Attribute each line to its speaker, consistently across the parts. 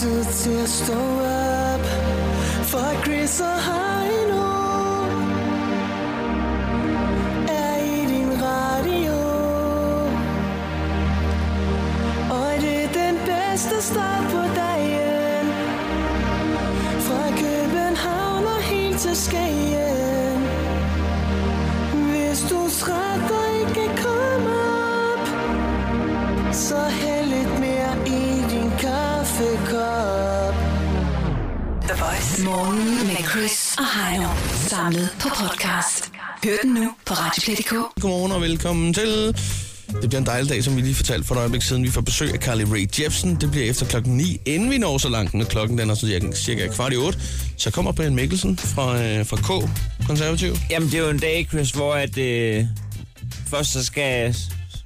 Speaker 1: zu zerst stå op For Chris og Heino Er i din radio Og det er den bedste start på dagen Fra København og helt til Skagen Hvis du er træt og ikke kan komme op Så hæld lidt mere i din kaffekop
Speaker 2: The Voice. Morgen med Chris og Heino. Samlet på podcast. Hør den nu på Radioplay.dk.
Speaker 3: Godmorgen og velkommen til. Det bliver en dejlig dag, som vi lige fortalte for et øjeblik siden. Vi får besøg af Carly Rae Jepsen. Det bliver efter klokken 9, inden vi når så langt, når klokken den er sådan cirka kvart i 8. Så kommer Brian Mikkelsen fra, øh, fra K, konservativ.
Speaker 4: Jamen, det er jo en dag, Chris, hvor at, øh, først så skal,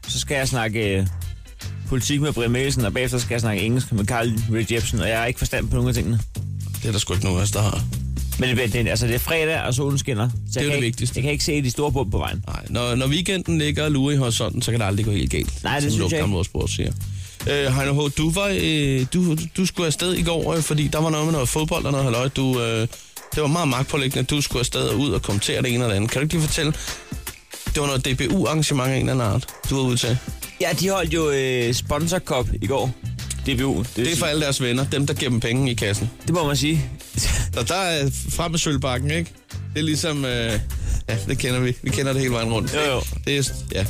Speaker 4: så skal jeg snakke øh, politik med Brian Mikkelsen, og bagefter skal jeg snakke engelsk med Carl Ray Jepsen, og jeg har ikke forstand på nogen af tingene.
Speaker 3: Det er der sgu ikke nogen af os, der har.
Speaker 4: Men det, bliver- det, altså, det er fredag, og solen skinner, så
Speaker 3: er
Speaker 4: jeg, kan
Speaker 3: jo det
Speaker 4: ikke,
Speaker 3: vigtigste.
Speaker 4: jeg kan ikke se de store bump på vejen.
Speaker 3: Nej, når, når weekenden ligger og lurer i horisonten, så kan det aldrig gå helt galt.
Speaker 4: Nej, det
Speaker 3: som
Speaker 4: synes jeg
Speaker 3: Lufthavn
Speaker 4: ikke.
Speaker 3: Motorsport siger. Øh, Heino H., du, var, øh, du, du skulle afsted i går, øh, fordi der var noget med noget fodbold og noget halløj. Du, øh, det var meget magtpålæggende, at du skulle afsted og ud og kommentere det ene og det andet. Kan du ikke lige fortælle, det var noget DBU-arrangement af en eller anden art, du var ude til.
Speaker 4: Ja, de holdt jo øh, Sponsor Cup i går. DBU. Det, vil
Speaker 3: Det er for
Speaker 4: sige-
Speaker 3: alle deres venner, dem der giver dem penge i kassen.
Speaker 4: det må man sige.
Speaker 3: Så der er frem med sølvbakken, ikke? Det er ligesom, øh, ja, det kender vi. Vi kender det hele vejen rundt.
Speaker 4: Jo, jo.
Speaker 3: Det er, ja,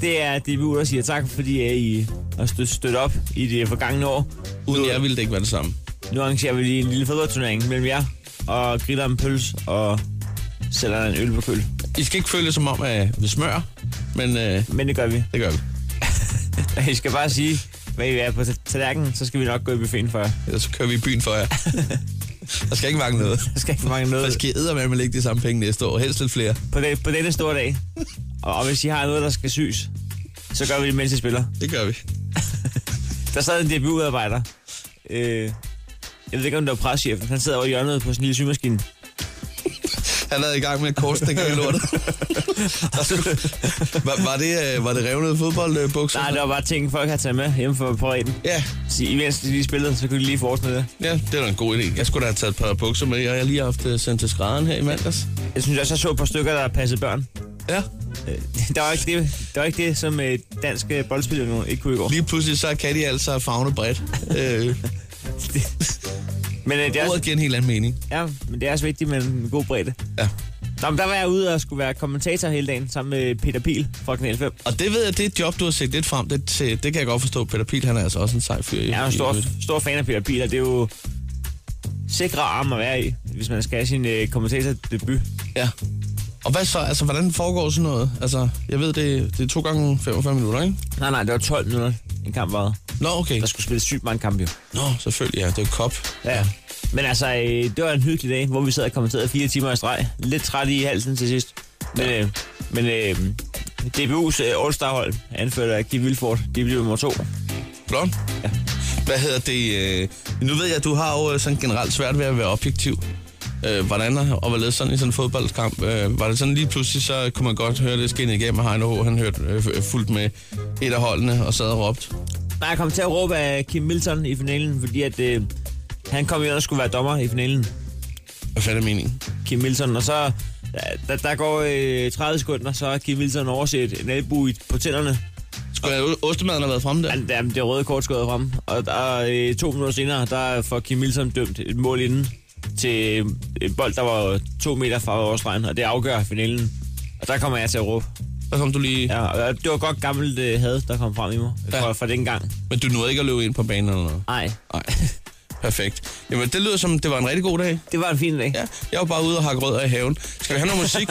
Speaker 4: det er DBU, der siger tak, fordi øh, I har stø- støttet op i det forgangne år.
Speaker 3: uden jer ville det ikke være det samme.
Speaker 4: Nu arrangerer vi lige en lille fodboldturnering mellem jer, og griller en pøls, og sælger en øl på køl.
Speaker 3: I skal ikke føle det som om, at vi smører, men øh,
Speaker 4: Men det gør vi.
Speaker 3: det gør vi.
Speaker 4: I skal bare sige, hvad I er på ta- tallerkenen, så skal vi nok gå i buffeten for jer.
Speaker 3: Ellers så kører vi i byen for jer. Der skal ikke mangle noget.
Speaker 4: Der skal ikke for mange
Speaker 3: Der
Speaker 4: noget
Speaker 3: skal eddermame lægge de samme penge næste år. Helst lidt flere.
Speaker 4: på, den, på denne store dag. Og, og hvis I har noget, der skal syes, så gør vi det, mens I spiller.
Speaker 3: Det gør vi.
Speaker 4: Der sad en DBU-arbejder. Øh, jeg ved ikke, om det var preschef. Han sidder over i hjørnet på sin lille symaskine.
Speaker 3: Han er i gang med at korsstikke i lortet. Der skulle... var, var, det, øh, var det revnede fodboldbukser?
Speaker 4: Nej, der var bare ting, folk har taget med hjemme fra pareten.
Speaker 3: Ja,
Speaker 4: Så imens de lige spillede, så kunne de lige forestille det.
Speaker 3: ja, det er da en god idé. Jeg skulle da have taget et par bukser med, og jeg har lige haft øh, sendt til skrædderen her i mandags.
Speaker 4: Jeg synes også, jeg så et par stykker, der passede børn.
Speaker 3: Ja.
Speaker 4: Øh, der var ikke det, der var ikke det som øh, danske boldspillere nu ikke kunne i går.
Speaker 3: Lige pludselig så kan de altså fagne bredt. Øh,
Speaker 4: Men øh, det, er
Speaker 3: ordet
Speaker 4: også,
Speaker 3: giver en helt anden mening.
Speaker 4: ja, men det er også vigtigt med en god bredde.
Speaker 3: Ja.
Speaker 4: Nå, men der var jeg ude og skulle være kommentator hele dagen sammen med Peter Pil fra Kanal 5.
Speaker 3: Og det ved jeg, det er et job, du har set lidt frem det, til. Det kan jeg godt forstå. Peter Pil, han er altså også en sej fyr. i-
Speaker 4: Jeg er jo en
Speaker 3: i
Speaker 4: stor,
Speaker 3: øvrigt.
Speaker 4: stor fan af Peter Pil, og det er jo sikre arme at være i, hvis man skal have sin øh, kommentatordebut.
Speaker 3: Ja. Og hvad så? Altså, hvordan foregår sådan noget? Altså, jeg ved, det, det er to gange 45 minutter, ikke?
Speaker 4: Nej, nej, det var 12 minutter en kamp varede.
Speaker 3: Nå, okay.
Speaker 4: Der skulle spilles sygt mange kampe jo.
Speaker 3: Nå, selvfølgelig, ja. Det er jo kop.
Speaker 4: Ja. Men altså, øh, det var en hyggelig dag, hvor vi sad og kommenterede fire timer i streg. Lidt træt i halsen til sidst. Men, øh, men øh, DBU's øh, All-Star-hold, anført af Kim Vilfort, de blev nummer to.
Speaker 3: Blond? Ja. Hvad hedder det? Øh... Nu ved jeg, at du har jo øh, sådan generelt svært ved at være objektiv. Øh, hvordan er- og hvad sådan i sådan en fodboldkamp? Øh, var det sådan lige pludselig, så kunne man godt høre det skinne igennem, og Heino H., han hørte øh, f- fuldt med et af holdene og sad og råbte.
Speaker 4: Nej, jeg kom til at råbe af Kim Milton i finalen, fordi at, øh, han kom ind og skulle være dommer i finalen.
Speaker 3: Hvad fanden er meningen?
Speaker 4: Kim Milton, og så der, der går øh, 30 sekunder, så har Kim Milton overset en albu i- på tænderne.
Speaker 3: Skulle jeg, ostemaden have været fremme der?
Speaker 4: Han, jamen, det røde kort skød frem. Og der, øh, to minutter senere, der får Kim Milton dømt et mål inden til et bold, der var to meter fra overstregen, og det afgør finalen. Og der kommer jeg til at råbe.
Speaker 3: Der kom du lige... Ja.
Speaker 4: Ja, og det var godt gammelt øh, had, der kom frem i mig
Speaker 3: Ja.
Speaker 4: ja. fra, fra dengang.
Speaker 3: Men du nåede ikke at løbe ind på banen eller noget?
Speaker 4: Nej,
Speaker 3: Nej. Perfekt. Jamen, det lyder som, det var en rigtig god dag.
Speaker 4: det var en fin dag. Ja.
Speaker 3: Ja, jeg var bare ude og hakke rødder i haven. Skal vi have noget musik?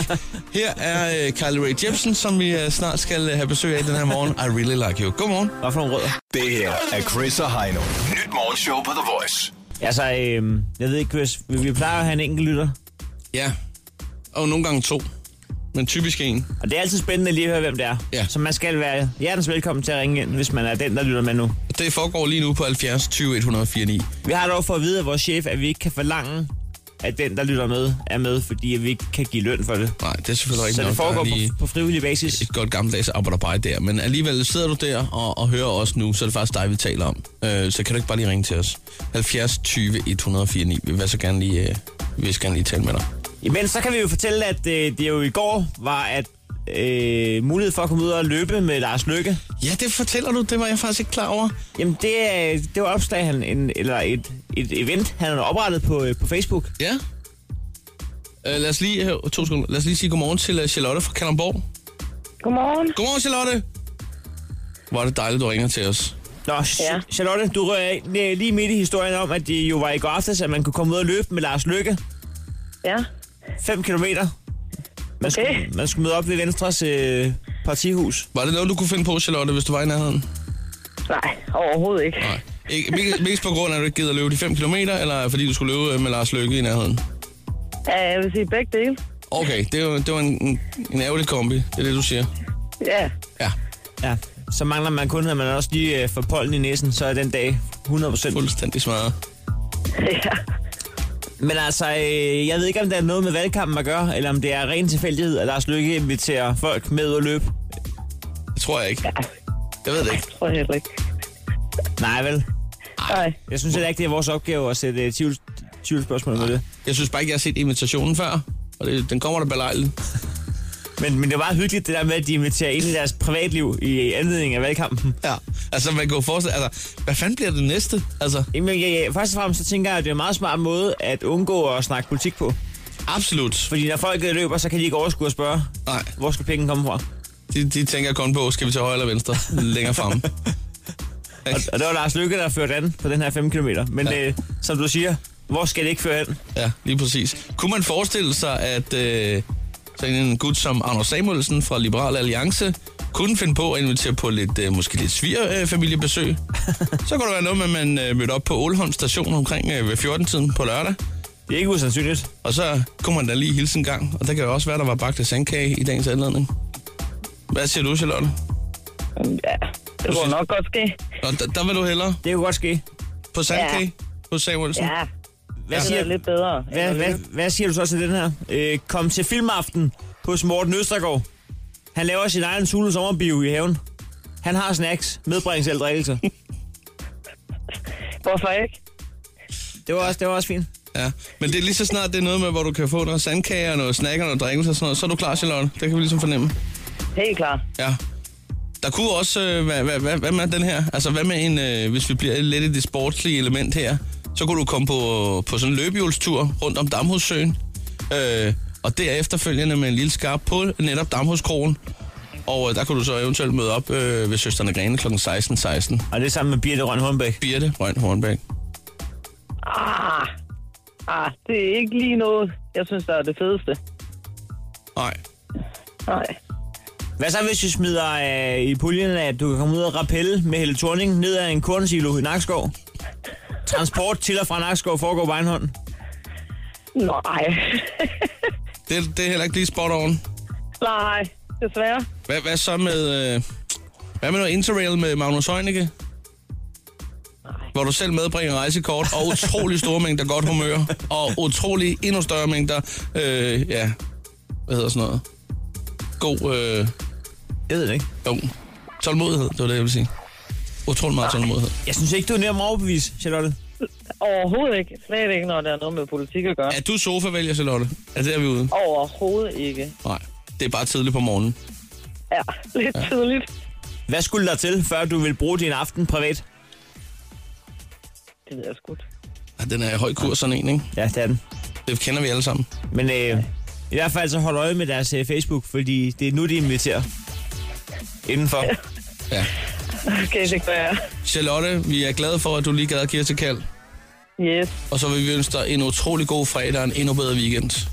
Speaker 3: Her er øh, Carly Rae Jepsen, som vi øh, snart skal øh, have besøg af den her morgen. I really like you. Godmorgen.
Speaker 4: Hvad for nogle rødder?
Speaker 5: Det her er Chris og Heino. Nyt morgenshow på The Voice.
Speaker 4: Altså, øh, jeg ved ikke, Chris, vi, vi plejer at have en enkelt lytter.
Speaker 3: Ja. Og nogle gange to. Men typisk en.
Speaker 4: Og det er altid spændende lige at høre, hvem det er.
Speaker 3: Ja.
Speaker 4: Så man skal være hjertens velkommen til at ringe ind, hvis man er den, der lytter med nu.
Speaker 3: Det foregår lige nu på 70 20 149.
Speaker 4: Vi har dog fået at vide af vores chef, at vi ikke kan forlange at den, der lytter med, er med, fordi vi ikke kan give løn for det.
Speaker 3: Nej, det er selvfølgelig
Speaker 4: Så
Speaker 3: rigtigt
Speaker 4: det
Speaker 3: nok. Der er
Speaker 4: foregår
Speaker 3: lige
Speaker 4: på, på frivillig basis.
Speaker 3: et godt gammeldags arbejderbejde der. Men alligevel sidder du der og, og hører os nu, så er det faktisk dig, vi taler om. Øh, så kan du ikke bare lige ringe til os. 70 20 104 9. Vi vil så gerne lige, øh, vi vil så gerne lige tale med dig.
Speaker 4: Jamen, så kan vi jo fortælle, at øh, det jo i går var, at øh, mulighed for at komme ud og løbe med Lars Lykke.
Speaker 3: Ja, det fortæller du. Det var jeg faktisk ikke klar over.
Speaker 4: Jamen, det, er- det var opslag, han, en, eller et, et event, han havde oprettet på, øh, på Facebook.
Speaker 3: Ja. Øh, lad, os lige, øh, to sekunder. lad os lige sige godmorgen til øh, Charlotte fra Kalamborg.
Speaker 6: Godmorgen.
Speaker 3: Godmorgen, Charlotte. Hvor er det dejligt, du ringer til os.
Speaker 4: Nå, ja.
Speaker 6: Ja.
Speaker 4: Charlotte, du rører ind, øh, lige midt i historien om, at det jo var i går aftes, at man kunne komme ud og løbe med Lars Lykke.
Speaker 6: Ja,
Speaker 4: 5 kilometer. Man,
Speaker 6: Okay.
Speaker 4: skulle, man skulle møde op ved Venstres øh, partihus.
Speaker 3: Var det noget, du kunne finde på, Charlotte, hvis du var i nærheden?
Speaker 6: nej, overhovedet ikke.
Speaker 3: Nej. Ikke, mest- mest på grund af, at du ikke gider løbe de 5 km, eller fordi du skulle løbe øh, med Lars Løkke i nærheden?
Speaker 6: Ja, jeg vil sige begge dele.
Speaker 3: Okay, det var, det var en, en, en ærgerlig kombi, det er det, du siger.
Speaker 6: Ja,
Speaker 3: Ja,
Speaker 4: Ja. Så mangler man kun, at man også lige øh, får pollen i næsen, så er den dag 100%.
Speaker 3: fuldstændig smadret.
Speaker 6: ja.
Speaker 4: Men altså, øh, jeg ved ikke, om det er noget med valgkampen at gøre, eller om det er ren tilfældighed, at Lars Lykke inviterer folk med ud at løbe.
Speaker 3: Det tror jeg ikke. Jeg ved det ikke.
Speaker 6: tror jeg heller ikke.
Speaker 4: Nej vel.
Speaker 6: Nej,
Speaker 4: Jeg synes heller ikke, det er vores opgave at sætte øh, tvivl, tvivlsspørgsmål med det.
Speaker 3: Jeg synes bare ikke, jeg har set invitationen før, og det, den kommer der belejligt.
Speaker 4: Men, men det var meget hyggeligt, det der med, at de inviterer ind i deres privatliv i anledning af valgkampen.
Speaker 3: Ja. Altså, man kan jo forestille, altså, hvad fanden bliver det næste? Altså,
Speaker 4: Jamen, ja, ja, først og fremmest så tænker jeg, at det er en meget smart måde at undgå at snakke politik på.
Speaker 3: absolut.
Speaker 4: Fordi når folk øh, løber, så kan de ikke overskue at spørge,
Speaker 3: Nej,
Speaker 4: hvor skal pengene komme fra?
Speaker 3: de, de tænker kun på, skal vi til højre eller venstre længere fremme.
Speaker 4: Og, og det var Lars Lykke, der førte an på den her 5 km. Men
Speaker 3: Ja.
Speaker 4: ja. øh, som du siger, hvor skal det ikke føre hen?
Speaker 3: Ja, lige præcis. Kunne man forestille sig, at øh, sådan en gut som Anders Samuelsen fra Liberal Alliance kunne finde på at invitere på lidt, øh, måske lidt svigerfamiliebesøg? Øh, familiebesøg? så kunne det være noget med, at man øh, mødte op på Ålholm station omkring øh, ved 14-tiden på lørdag.
Speaker 4: Det er ikke usandsynligt.
Speaker 3: Og så kunne man da lige hilse en gang. Og der kan jo også være, der var bagt af sandkage i dagens anledning. Hvad siger du, Charlotte?
Speaker 6: ja. Det kunne nok godt ske.
Speaker 3: Nå, der, der vil du hellere
Speaker 4: Det kunne godt ske.
Speaker 3: på sandkage ja. hos Samuelsen?
Speaker 6: Ja,
Speaker 4: Hvad
Speaker 6: det
Speaker 4: siger,
Speaker 6: er lidt bedre.
Speaker 4: hvad, hvad, hvad siger du så til den her? Øh, kom til filmaften hos Morten Østergaard. Han laver sin egen Zulu sommerbio i haven. Han har snacks, medbringer selv drikkelse.
Speaker 6: Hvorfor ikke?
Speaker 4: Det var også, det var også fint.
Speaker 3: Ja, men det er lige så snart, det er noget med, hvor du kan få noget sandkage og noget snack og noget drikkelse og sådan noget, så er du klar, Charlotte. Det kan vi ligesom fornemme.
Speaker 6: Helt klart.
Speaker 3: Ja. Der kunne også, øh, hvad, hvad, hvad, hvad med den her? Altså, hvad med en, øh, hvis vi bliver lidt i det sportslige element her, så kunne du komme på, på sådan en løbehjulstur rundt om Damhussøen, øh, og derefterfølgende med en lille skarp på netop Damhuskrogen. Og øh, der kunne du så eventuelt møde op øh, ved Søsterne Grene kl. 16.16.
Speaker 4: Og det er sammen med Birte Røn Hornbæk.
Speaker 3: Birte Røn Hornbæk.
Speaker 6: Ah, ah, det er ikke lige noget, jeg synes, der er det fedeste.
Speaker 3: Nej,
Speaker 6: Nej.
Speaker 4: Hvad så, hvis vi smider øh, i puljen, at du kan komme ud og rappelle med Helle Thorning ned ad en kornsilo i Nakskov? Transport til og fra Nakskov foregår på egen hånd.
Speaker 6: Nej.
Speaker 3: det, det er heller ikke lige spot on.
Speaker 6: Nej, desværre.
Speaker 3: Hvad, hvad så med... Øh, hvad med noget interrail med Magnus Heunicke? Hvor du selv medbringer rejsekort og utrolig store mængder godt humør. Og utrolig endnu større mængder... Øh, ja, hvad hedder sådan noget? God... Øh,
Speaker 4: Jeg ved det ikke.
Speaker 3: jo, tålmodighed, det var det, jeg ville sige. Utrolig meget tålmodighed.
Speaker 4: Jeg synes ikke, du er nærmere overbevist, Charlotte.
Speaker 6: Overhovedet ikke. Slet ikke, når det har noget med politik at gøre.
Speaker 3: Er du sofavælger, Charlotte? Er det, er vi ude?
Speaker 6: Overhovedet ikke.
Speaker 3: Nej, det er bare tidligt på morgenen.
Speaker 6: Ja, lidt tidligt.
Speaker 4: Hvad skulle der til, før du vil bruge din aften privat?
Speaker 6: Det ved jeg sgu. ikke.
Speaker 3: Ja, den er i høj kurs, sådan en, ikke?
Speaker 4: Ja, det er den.
Speaker 3: Det kender vi alle sammen.
Speaker 4: Men øh, i hvert fald så hold øje med deres øh, Facebook, fordi det er nu, de inviterer. Indenfor.
Speaker 3: Ja.
Speaker 6: Okay, det gør jeg.
Speaker 3: Charlotte, vi er glade for, at du lige gad at give os et kald.
Speaker 6: Yes.
Speaker 3: Og så vil vi ønske dig en utrolig god fredag og en endnu bedre weekend.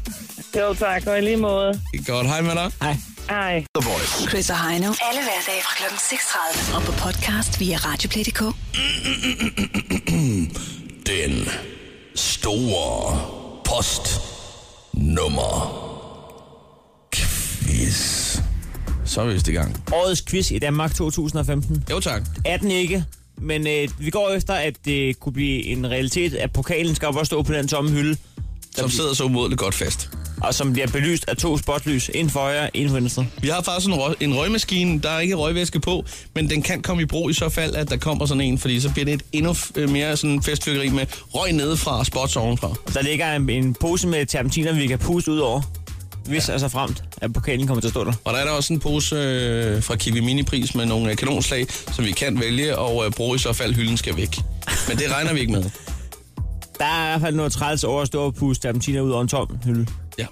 Speaker 6: Jo, tak. Og i lige måde.
Speaker 3: Godt, hej med dig.
Speaker 4: Hej.
Speaker 6: Hej.
Speaker 5: The Voice.
Speaker 2: Chris og Heino. Alle hverdage fra kl. 6.30. Og på podcast via Radioplay.dk.
Speaker 3: Den store post nummer quiz. Så er vi vist i gang.
Speaker 4: Årets quiz i Danmark 2015.
Speaker 3: Jo tak.
Speaker 4: Er den ikke, men øh, vi går efter, at det kunne blive en realitet, at pokalen skal op og stå på den tomme hylde,
Speaker 3: som sidder så umådeligt godt fast.
Speaker 4: og som bliver belyst af to spotlys, en for højre, en for venstre.
Speaker 3: Vi har faktisk en, røg, en røgmaskine, der er ikke røgvæske på, men den kan komme i brug i så fald, at der kommer sådan en, fordi så bliver det et endnu f- øh, mere sådan festfyrkeri med røg nedefra og spots ovenfra.
Speaker 4: Der ligger en, en pose med terpentiner, vi kan puste ud over, hvis ja. altså fremt, at pokalen kommer til at stå der.
Speaker 3: Og der er der også en pose øh, fra Kiwi Mini-pris med nogle øh, kanonslag, som vi kan vælge og øh, bruge i så fald, hylden skal væk. Men det regner vi ikke med.
Speaker 4: Der er i hvert fald noget træls over at stå og puste terpentiner ud over en tom hylde.
Speaker 3: Ja.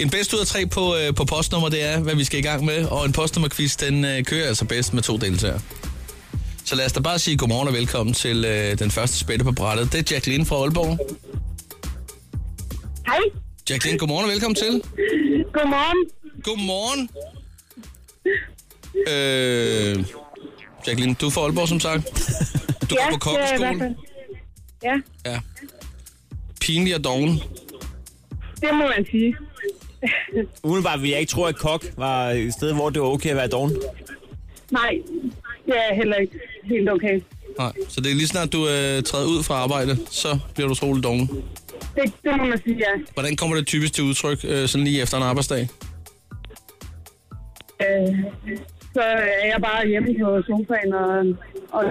Speaker 3: En bedst ud af tre på, øh, på postnummer, det er, hvad vi skal i gang med. Og en postnummerquiz, den øh, kører altså bedst med to deltagere. Så lad os da bare sige godmorgen og velkommen til øh, den første spætte på brættet. Det er Jacqueline fra Aalborg.
Speaker 7: Hej.
Speaker 3: Jacqueline, godmorgen og velkommen til.
Speaker 7: Godmorgen.
Speaker 3: Godmorgen. Øh, Jacqueline, du er fra Aalborg, som sagt. Du går på
Speaker 7: det er jeg i hvert
Speaker 3: kokkeskolen.
Speaker 7: fald. Ja,
Speaker 3: Ja. Pinlig og doven.
Speaker 7: det må man sige.
Speaker 4: Umiddelbart vil jeg ikke tro, at kok var et sted, hvor det var okay at være doven.
Speaker 7: Nej, det er heller ikke helt okay.
Speaker 3: Nej, så det er lige snart, du øh, træder ud fra arbejde, så bliver du troligt doven.
Speaker 7: Det, det må man sige, ja.
Speaker 3: Hvordan kommer det typisk til udtryk, øh, sådan lige efter en arbejdsdag?
Speaker 7: Øh, så er jeg bare hjemme på sofaen og, og,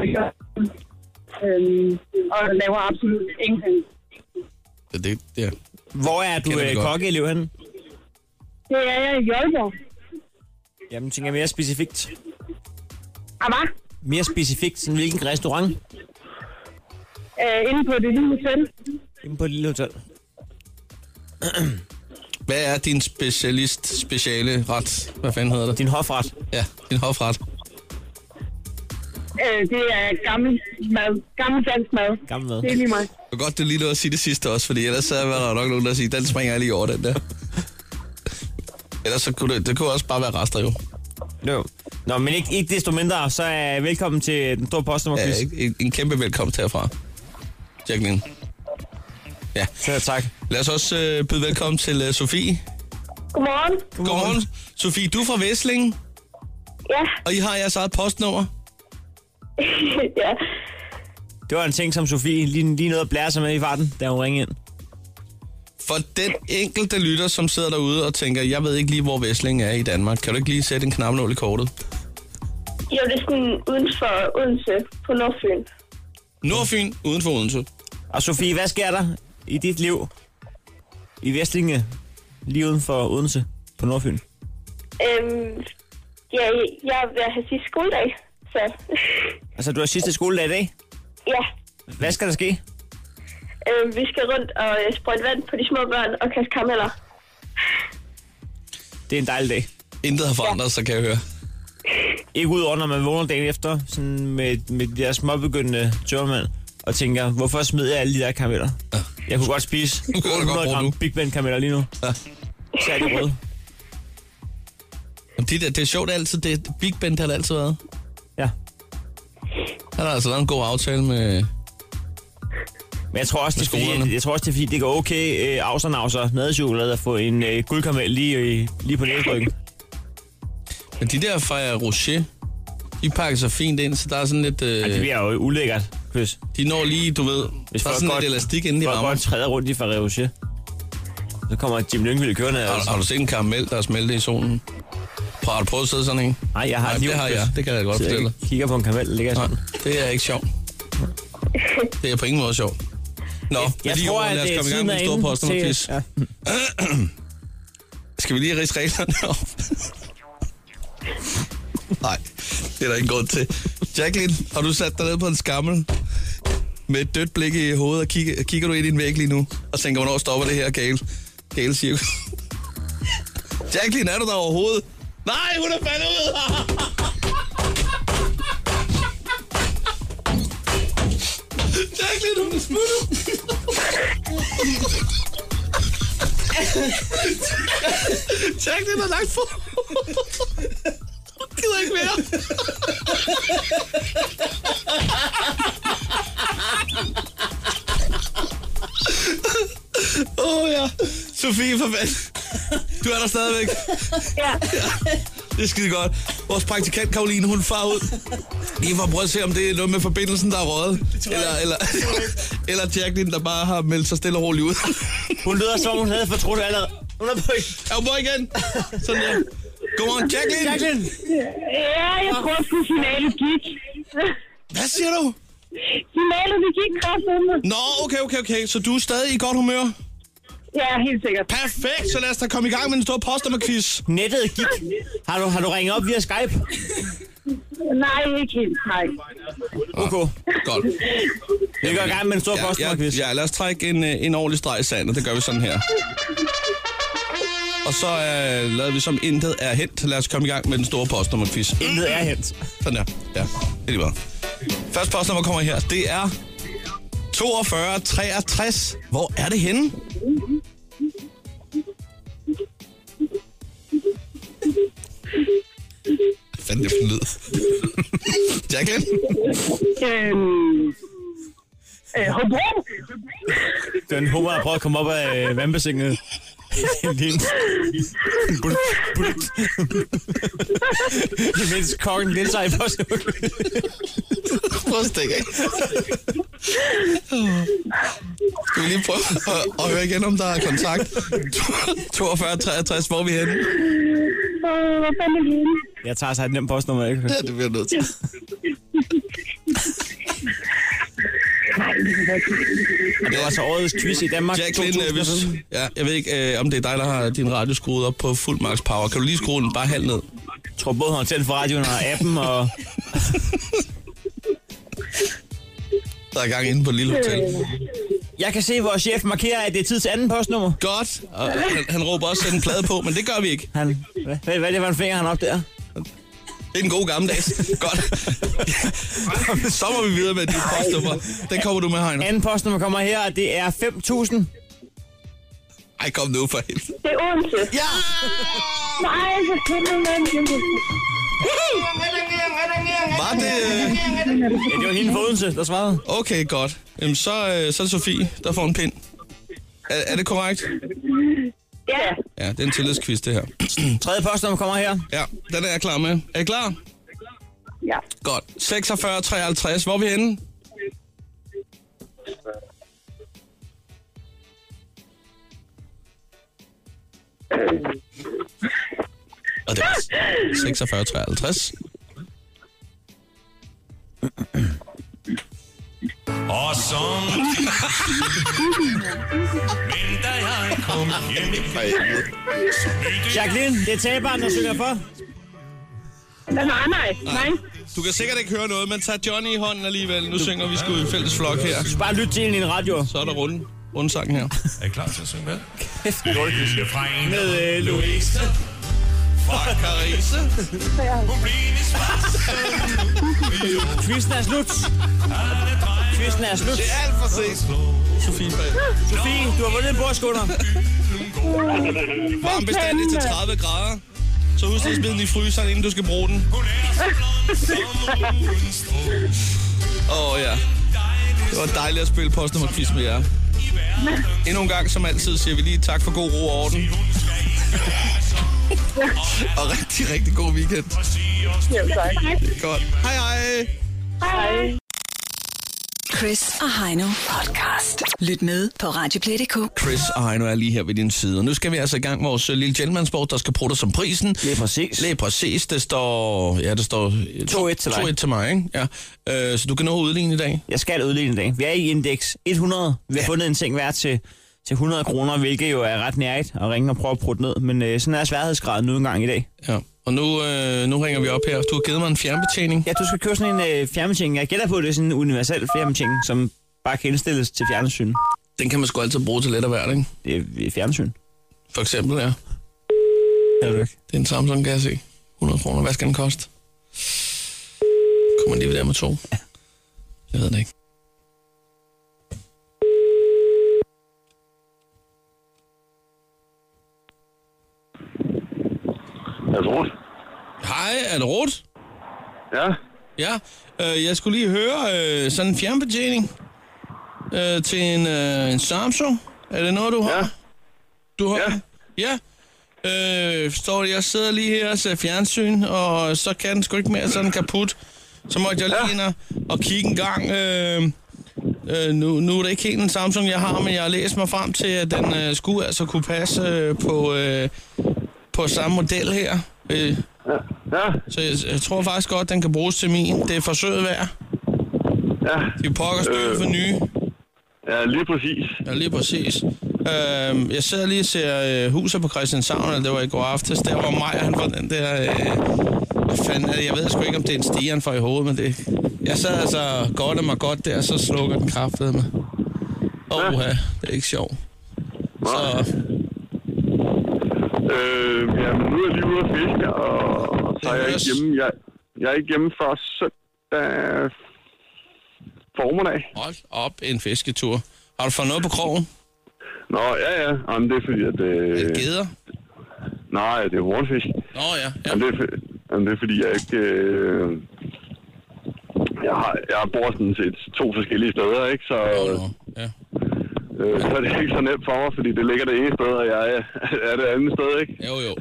Speaker 7: øh, og laver absolut ingenting.
Speaker 3: Ja, det, ja.
Speaker 4: Hvor er du
Speaker 3: Kender det
Speaker 4: øh,
Speaker 3: godt.
Speaker 4: kokkeelev henne?
Speaker 7: Det er jeg i Aalborg.
Speaker 4: Jamen, tænker jeg mere specifikt.
Speaker 7: Ah, hvad?
Speaker 4: Mere specifikt, sådan hvilken restaurant?
Speaker 7: Øh, inde på det lille hotel.
Speaker 4: Inde på et lille hotel.
Speaker 3: Hvad er din specialist speciale ret? Hvad fanden hedder det?
Speaker 4: Din hofret.
Speaker 3: Ja, din hofret.
Speaker 7: Øh, det er gammel mad. Gammel dansk mad.
Speaker 4: Gammel mad.
Speaker 7: Det er lige mig.
Speaker 3: Det var godt, du lige nåede at sige det sidste også, fordi ellers så var der nok nogen, der siger, den springer jeg lige over den der. ellers så kunne det, det kunne også bare være rester jo.
Speaker 4: No. Nå, men ikke, ikke desto mindre, så er velkommen til den store postnummerquiz.
Speaker 3: Ja, en, en kæmpe velkomst herfra. Jacqueline. Ja,
Speaker 4: Så tak.
Speaker 3: lad os også øh, byde velkommen til øh, Sofie.
Speaker 7: Godmorgen.
Speaker 3: Godmorgen. Sofie, du er fra Vesling,
Speaker 7: Ja,
Speaker 3: og I har jeres eget postnummer.
Speaker 7: ja.
Speaker 4: Det var en ting, som Sofie lige, lige nåede at blære sig med i farten, da hun ringede ind.
Speaker 3: For den enkelte lytter, som sidder derude og tænker, jeg ved ikke lige, hvor Vesling er i Danmark. Kan du ikke lige sætte en knapnål i kortet?
Speaker 7: Jo, det er sådan uden for Odense på Nordfyn.
Speaker 3: Nordfyn, uden for Odense.
Speaker 4: Og Sofie, hvad sker der i dit liv i Vestlinge, lige uden for Odense på Nordfyn?
Speaker 7: Øhm, ja, jeg vil have sidste skoledag, så
Speaker 4: Altså, du har sidste skoledag i dag.
Speaker 7: ja.
Speaker 4: Hvad skal der ske?
Speaker 7: Øhm, vi skal rundt og øh, sprøjte vand på de små børn og kaste karameller.
Speaker 4: Det er en dejlig dag.
Speaker 3: Intet har forandret sig, kan jeg høre.
Speaker 4: Ikke udover, når man vågner dagen efter, sådan med, med de der småbegyndende tørmand, og tænker, hvorfor smed jeg alle de der karameller?
Speaker 3: Ja.
Speaker 4: Jeg kunne godt spise
Speaker 3: Du kunne da godt
Speaker 4: 800
Speaker 3: bruge
Speaker 4: gram
Speaker 3: nu.
Speaker 4: Big Ben karameller lige nu.
Speaker 3: Ja.
Speaker 4: Så er de røde.
Speaker 3: Men Det, der, det er sjovt altid. Det, Big Ben har det altid været.
Speaker 4: Ja.
Speaker 3: Han har altså lavet en god aftale med...
Speaker 4: Men jeg tror også, det er,
Speaker 3: Med
Speaker 4: fordi,
Speaker 3: skolerne.
Speaker 4: jeg tror også, det er fordi, det går okay, øh, afser navser, nadechokolade at få en øh, guldkaramel lige, i- lige på næsebryggen.
Speaker 3: Men de der fra Rocher, de pakker sig fint ind, så der er sådan lidt... Øh,
Speaker 4: Øh. Det bliver jo ulækkert, Chris.
Speaker 3: de når lige, du ved...
Speaker 4: Hvis
Speaker 3: der er
Speaker 4: folk
Speaker 3: sådan
Speaker 4: godt-
Speaker 3: lidt elastik inden i
Speaker 4: Det var
Speaker 3: rammer.
Speaker 4: godt træder rundt i Ferrero Rocher. Så kommer Jim Lyngvild kørende.
Speaker 3: Har,
Speaker 4: Altså.
Speaker 3: har, du set en karamel, der er smeltet i solen? Prøv, har du prøvet at sidde sådan en?
Speaker 4: Nej, jeg har
Speaker 3: Nej,
Speaker 4: et liv,
Speaker 3: det har
Speaker 4: Chris.
Speaker 3: jeg. Det kan jeg godt
Speaker 4: Så jeg
Speaker 3: fortælle dig.
Speaker 4: ikke kigger på en karamel, der ligger sådan.
Speaker 3: Nej, det er ikke sjovt. Det er på ingen måde sjovt. Nå, jeg, med
Speaker 4: Jeg
Speaker 3: de
Speaker 4: tror,
Speaker 3: ord,
Speaker 4: at
Speaker 3: lad os
Speaker 4: det er
Speaker 3: komme i gang
Speaker 4: tiden
Speaker 3: med
Speaker 4: er
Speaker 3: den store
Speaker 4: inde
Speaker 3: postnummerquiz.
Speaker 4: til... Ja.
Speaker 3: Skal vi lige ridse reglerne op? Nej, det er der ingen grund til. Jacqueline, har du sat dig ned på en skammel med et dødt blik i hovedet, og kigger, kigger du ind i din væg lige nu, og tænker, hvornår stopper det her gale, gale cirkus? Jacqueline, er du der overhovedet? Nej, hun er faldet ud! Jacqueline, hun er smuttet! Jacqueline har lagt for. Hun gider ikke mere. Åh oh, ja. Sofie, for fanden. Du er der stadigvæk.
Speaker 7: Ja,
Speaker 3: Det er skide godt. Vores praktikant Karoline, hun far ud. Lige for at prøve at se, om det er noget med forbindelsen, der er røget. Eller, eller, eller Jacqueline, der bare har meldt sig stille og roligt ud.
Speaker 4: Hun lyder som om hun havde fortrudt allerede. Hun er på
Speaker 3: Er du på igen? Sådan der. Godmorgen, Jacqueline.
Speaker 4: Jacqueline.
Speaker 7: Ja, jeg tror, at signalet gik.
Speaker 3: Hvad siger du?
Speaker 7: signalet, det gik kraftedeme.
Speaker 3: Nå, okay, okay, okay. Så du er stadig i godt humør?
Speaker 7: Ja, helt sikkert.
Speaker 3: Perfekt, så lad os da komme i gang med den store postnummerquiz.
Speaker 4: Nettet gik. Har du, har du ringet op via Skype?
Speaker 7: Nej, ikke helt. Nej.
Speaker 4: Okay.
Speaker 3: Godt.
Speaker 4: Vi går i gang med en stor
Speaker 3: Ja, ja,
Speaker 4: postmarkvis.
Speaker 3: ja, lad os trække en, øh, en ordentlig streg i sandet. Det gør vi sådan her. Og så øh, lader vi som intet er hent. Lad os komme i gang med den store postnummerquiz.
Speaker 4: Intet er hent.
Speaker 3: Sådan der. Ja, det er lige meget. Første postnummer kommer her. Det er 4263. Hvor er det henne? Hvad fanden er det for en lyd? Jacqueline?
Speaker 7: Øhm, øh, Hobro?
Speaker 4: Den hummer har prøvet at komme op af øh, vandbassinet. Lige- Bulut, bulut. Imens kokken deltager i postmarkvis.
Speaker 3: Prøv at stikke af. Skal vi lige prøve at, at høre igen, om der er kontakt? 42, 63, hvor er vi henne?
Speaker 7: Øh, Hvad fanden er det? henne?
Speaker 4: Jeg tager sig et nemt postnummer, ikke?
Speaker 3: Ja, det bliver jeg nødt til.
Speaker 4: Det var altså årets quiz i Danmark.
Speaker 3: Jacqueline, øh, hvis,
Speaker 4: 2015.
Speaker 3: ja, jeg ved ikke, øh, om det er dig, der har din radio skruet op på fuld max power. Kan du lige skrue den bare halv ned?
Speaker 4: Jeg tror både hun har tændt for radioen og appen, og
Speaker 3: Der er gang inde på et lille hotel.
Speaker 4: jeg kan se, hvor chef markerer, at det er tid til anden postnummer.
Speaker 3: Godt. Og han, han råber også, sæt en plade på, men det gør vi ikke.
Speaker 4: Han, hvad, hvad er det for en finger, han har op der?
Speaker 3: Det er den gode gammeldags. Godt. Så må vi videre med dit postnummer. Den kommer du med, Heino.
Speaker 4: Anden postnummer kommer her, og det er 5.000.
Speaker 3: Ej, kom nu for helvede.
Speaker 7: Det er Odense.
Speaker 3: Ja!
Speaker 7: Nej, så kæmpe man.
Speaker 3: Var det... øh,
Speaker 4: Ja, det var hende for Odense, der svarede.
Speaker 3: Okay, godt. Jamen, så, øh, så er det Sofie, der får en pind. Er, er det korrekt?
Speaker 7: Ja.
Speaker 3: Ja, det er en tillidsquiz, det her.
Speaker 4: Tredje postnummer kommer her.
Speaker 3: Ja, den er jeg klar med. Er I klar?
Speaker 7: Ja.
Speaker 3: Godt. 46, 53. Hvor er vi henne? Og det er 46, 53.
Speaker 8: Og som Men da jeg kom hjem
Speaker 4: Jacqueline, det er taberen, der synger for.
Speaker 7: Nej, nej, nej.
Speaker 3: Du kan sikkert ikke høre noget, men tag Johnny i hånden alligevel. Nu synger vi sgu i fælles flok her.
Speaker 4: Bare lyt til en i en radio.
Speaker 3: Så er der runde, rundsang her.
Speaker 8: Er I klar til at synge med? Lille Frank Med øh, Louise
Speaker 3: Fra Carise.
Speaker 8: Hun blev i svart
Speaker 4: Quizzen er slut. Quizzen er slut.
Speaker 3: Det er alt for sent. Sofie Bag.
Speaker 4: Sofie, du har vundet en bordskunder.
Speaker 3: Varm bestandig til 30 grader. Så husk lige at smide den i fryseren, inden du skal bruge den.
Speaker 8: Hun er så blond som roden strå
Speaker 3: Åh oh, ja. Det var dejligt at spille postnummerquiz med jer. Endnu en gang, som altid, siger vi lige tak for god ro og orden.
Speaker 8: Hun skal ikke være så
Speaker 3: Og rigtig, rigtig god weekend.
Speaker 8: Og sige os
Speaker 7: Jo, tak.
Speaker 3: Godt. Hej hej.
Speaker 7: Hej.
Speaker 2: Chris og Heino podcast. Lyt med på Radioplay.dk.
Speaker 3: Chris og Heino er lige her ved din side. Og nu skal vi altså i gang med vores øh, lille gentlemansport, der skal bruge dig som prisen.
Speaker 4: Det er præcis.
Speaker 3: Lige præcis. Det står... Ja, det står...
Speaker 4: 2-1 til dig.
Speaker 3: 2-1 til mig, ikke? Ja. Øh, så du kan nå at udligne i dag.
Speaker 4: Jeg skal udligne i dag. Vi er i indeks 100. Vi har fundet en ting værd til, til 100 kroner, hvilket jo er ret nærigt at ringe og prøve at prutte ned. Men øh, sådan er sværhedsgraden nu engang i dag.
Speaker 3: Ja. Og nu, øh, nu ringer vi op her. Du har givet mig en fjernbetjening.
Speaker 4: Ja, du skal købe sådan en øh, fjernbetjening. Jeg gætter på, at det er sådan en universel fjernbetjening, som bare kan indstilles til fjernsyn.
Speaker 3: Den kan man sgu altid bruge til let og værd, ikke?
Speaker 4: Det er øh, fjernsyn.
Speaker 3: For eksempel, ja.
Speaker 4: Er du ikke?
Speaker 3: Det er en Samsung, kan jeg se. 100 kroner. Hvad skal den koste? Kommer den lige ved der med to? Ja. Jeg ved det ikke.
Speaker 6: Er det rundt?
Speaker 3: Hej, er det Rut?
Speaker 6: Ja.
Speaker 3: Ja, øh, jeg skulle lige høre øh, sådan en fjernbetjening øh, til en, øh, en Samsung. Er det noget, du har?
Speaker 6: Ja.
Speaker 3: Du har? Ja. ja. Øh, står det, jeg sidder lige her og ser fjernsyn, og så kan den sgu ikke mere sådan kaput. Så måtte jeg lige ind og, og kigge en gang. Øh, Øh, nu, nu er det ikke helt en Samsung, jeg har, men jeg har læst mig frem til, at den øh, skulle altså kunne passe øh, på, øh, på samme model her. Øh,
Speaker 6: Ja,
Speaker 3: så jeg, jeg tror faktisk godt, den kan bruges til min. Det er forsøget værd.
Speaker 6: ja,
Speaker 3: De pokker stykker for nye.
Speaker 6: ja, lige præcis.
Speaker 3: Ja, lige præcis. Øh, jeg sidder lige og ser øh, huset på Christianshavn, eller det var i går aftes, der hvor Maja, han var den der... Øh, hvad fanden, er det? jeg ved sgu ikke, om det er en stiger, han får i hovedet, men det... Jeg sad altså godt og mig godt der, så slukker den kraftede mig. Åh, ja. det er ikke sjovt. Så,
Speaker 6: Øh, jamen, nu er jeg lige ude at fiske, og så er jeg ikke
Speaker 3: Yes.
Speaker 6: hjemme. Jeg, jeg er ikke hjemme før søndag formiddag.
Speaker 3: hold op, en fisketur. Har du fået noget på krogen?
Speaker 6: Nå, ja, ja. Jamen, det er fordi, at... Øh,
Speaker 3: Geder?
Speaker 6: nej, det er hornfisk.
Speaker 3: Nå ja, ja.
Speaker 6: Jamen, det er, for- jamen, det er fordi, jeg ikke... Øh, jeg, har, jeg bor sådan set to forskellige steder, ikke? Så,
Speaker 3: Nå, nå, ja.
Speaker 6: øh, så er det ikke så nemt for mig, fordi det ligger det ene sted, og jeg er, er det andet sted, ikke?
Speaker 3: Jo, jo.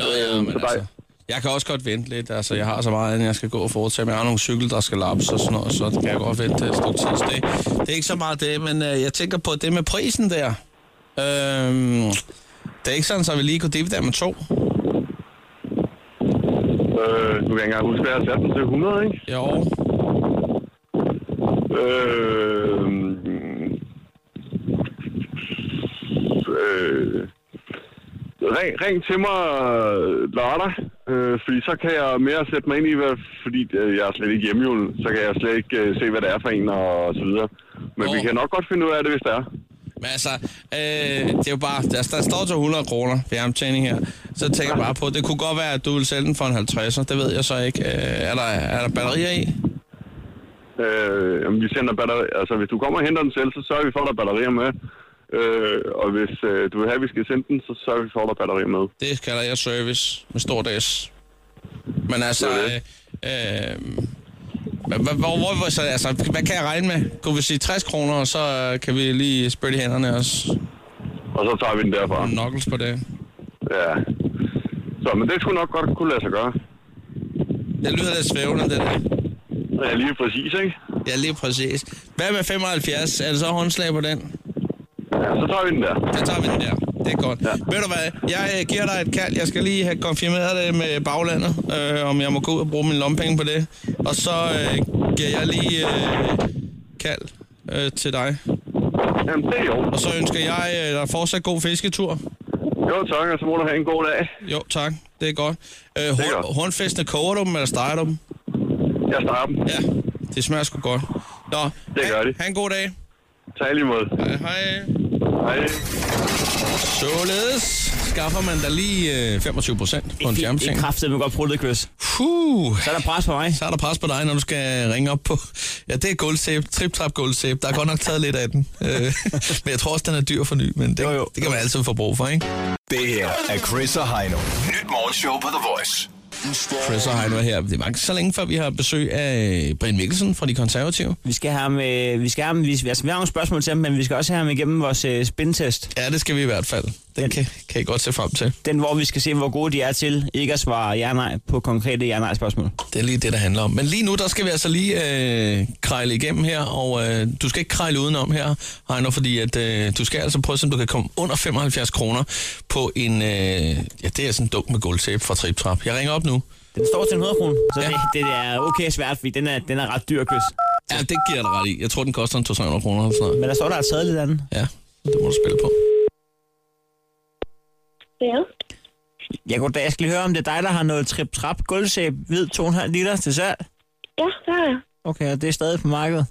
Speaker 3: Nå, ja, men
Speaker 6: Så dig.
Speaker 3: altså, jeg kan også godt vente lidt. Altså, jeg har så meget, andet, jeg skal gå og foretage. Men jeg har nogle cykel, der skal lappes og sådan noget, så det kan jeg godt vente et stykke tid. Så Det, det er ikke så meget det, men øh, jeg tænker på det med prisen der. Øhm, det er ikke sådan, så vi lige kunne dividere med to.
Speaker 6: Øh, nu kan jeg ikke engang huske, hvad jeg har sat den til 100, ikke?
Speaker 3: Jo,
Speaker 6: Øh, øh, ring, ring til mig lørdag, øh, fordi så kan jeg mere sætte mig ind i, hvad, fordi øh, jeg er slet ikke hjemme, jo. så kan jeg slet ikke øh, se, hvad det er for en og så videre. Men vi
Speaker 3: Nå.
Speaker 6: kan nok godt finde ud af det, hvis det er.
Speaker 3: Men altså, øh, det er jo bare, der, der står til 100 kroner ved omtjening her. Så tænker jeg bare på, det kunne godt være, at du ville sælge den for en 50'er. Det ved jeg så ikke. Øh, er, der, er der batterier i?
Speaker 6: Øh, jamen, vi sender batteri, altså hvis du kommer og henter den selv, så sørger vi for, at der er batterier med. Øh, og hvis øh, du vil have, at vi skal sende den, så sørger vi for, at der er batterier med.
Speaker 3: Det kalder jeg service med stor S. Men altså,
Speaker 6: Det er det.
Speaker 3: øh, øh, hva- hva- hvor, hvor, hvor, så, altså, hvad kan jeg regne med? Kunne vi sige 60 kroner, og så øh, kan vi lige spytte i hænderne og s-
Speaker 6: Og så tager vi den derfra.
Speaker 3: knuckles på det?
Speaker 6: Ja. Så, men det skulle nok godt kunne lade sig gøre.
Speaker 3: Det lyder lidt svævende, det der.
Speaker 6: Ja, lige præcis, ikke?
Speaker 3: Ja, lige præcis. Hvad med 75? Er det så håndslag på den?
Speaker 6: Ja, så tager vi den der.
Speaker 3: Så tager vi den der. Det er godt. Ja.
Speaker 6: Ja.
Speaker 3: Ved du hvad, jeg øh, giver dig et kald. Jeg skal lige have konfirmeret det med baglandet, øh, om jeg må gå ud og bruge min lompenge på det. Og så øh, giver jeg lige øh, kald øh, til dig.
Speaker 6: Jamen, det er jo.
Speaker 3: Og så ønsker jeg øh, dig fortsat god fisketur.
Speaker 6: Jo, tak, og så må du have en god dag.
Speaker 3: Jo, tak. Det er godt. Øh,
Speaker 6: godt.
Speaker 3: horn, hornfæstene, koger du dem, eller steger du dem?
Speaker 6: Jeg starter dem.
Speaker 3: Ja, det smager sgu godt. Nå,
Speaker 6: Det gør
Speaker 3: ha,
Speaker 6: de.
Speaker 3: ha' en god dag.
Speaker 6: Tag lige måde.
Speaker 3: Hej, hej.
Speaker 6: Hej.
Speaker 3: Således skaffer man da lige øh, 25 procent på en
Speaker 4: Det er
Speaker 3: fjernbetjening.
Speaker 4: kraftigt, man godt bruge det, Chris.
Speaker 3: Puh.
Speaker 4: Så er der pres på mig.
Speaker 3: Så er der pres på dig, når du skal ringe op på... Ja, det er guldsæb. Trip-trap guldsæb. Der er godt nok taget lidt af den. Øh, men jeg tror også, den er dyr for ny, men det, jo, jo. det kan man altid få brug for, ikke?
Speaker 5: Det her er Chris og Heino. Nyt morgenshow på The Voice.
Speaker 3: Chris og Heino er her. Det er ikke så længe, før vi har besøg af Brian Mikkelsen fra De Konservative.
Speaker 4: Vi skal have ham, øh, vi skal have ham, vi, altså, vi har nogle spørgsmål til ham, men vi skal også have ham igennem vores øh, spintest.
Speaker 3: Ja, det skal vi i hvert fald. Den kan, kan I godt se frem til.
Speaker 4: Den, hvor vi skal se, hvor gode de er til ikke at svare ja-nej på konkrete ja-nej-spørgsmål.
Speaker 3: Det er lige det, der handler om. Men lige nu, der skal vi altså lige øh, krejle igennem her, og øh, du skal ikke krejle udenom her, Heino, fordi at, øh, du skal altså prøve, om du kan komme under 75 kroner på en... Øh, ja, det er sådan en dunk med guldsæbe fra Trip Trap. Jeg ringer op nu.
Speaker 4: Den står til en 100 kroner, så
Speaker 3: Ja.
Speaker 4: ja. det, det, er okay svært, fordi den er, den er ret dyr, Chris.
Speaker 3: Ja, det giver jeg dig ret i. Jeg tror, den koster en 200 kroner eller sådan noget.
Speaker 4: Men der står der et sadel i den.
Speaker 3: Ja, det må du spille på.
Speaker 7: Ja.
Speaker 4: Ja, goddag. Jeg skal lige høre, om det er dig, der har noget trip-trap gulvsæb, hvid 2,5 liter til salg.
Speaker 7: Ja, det har jeg.
Speaker 4: Okay, og det er stadig på markedet.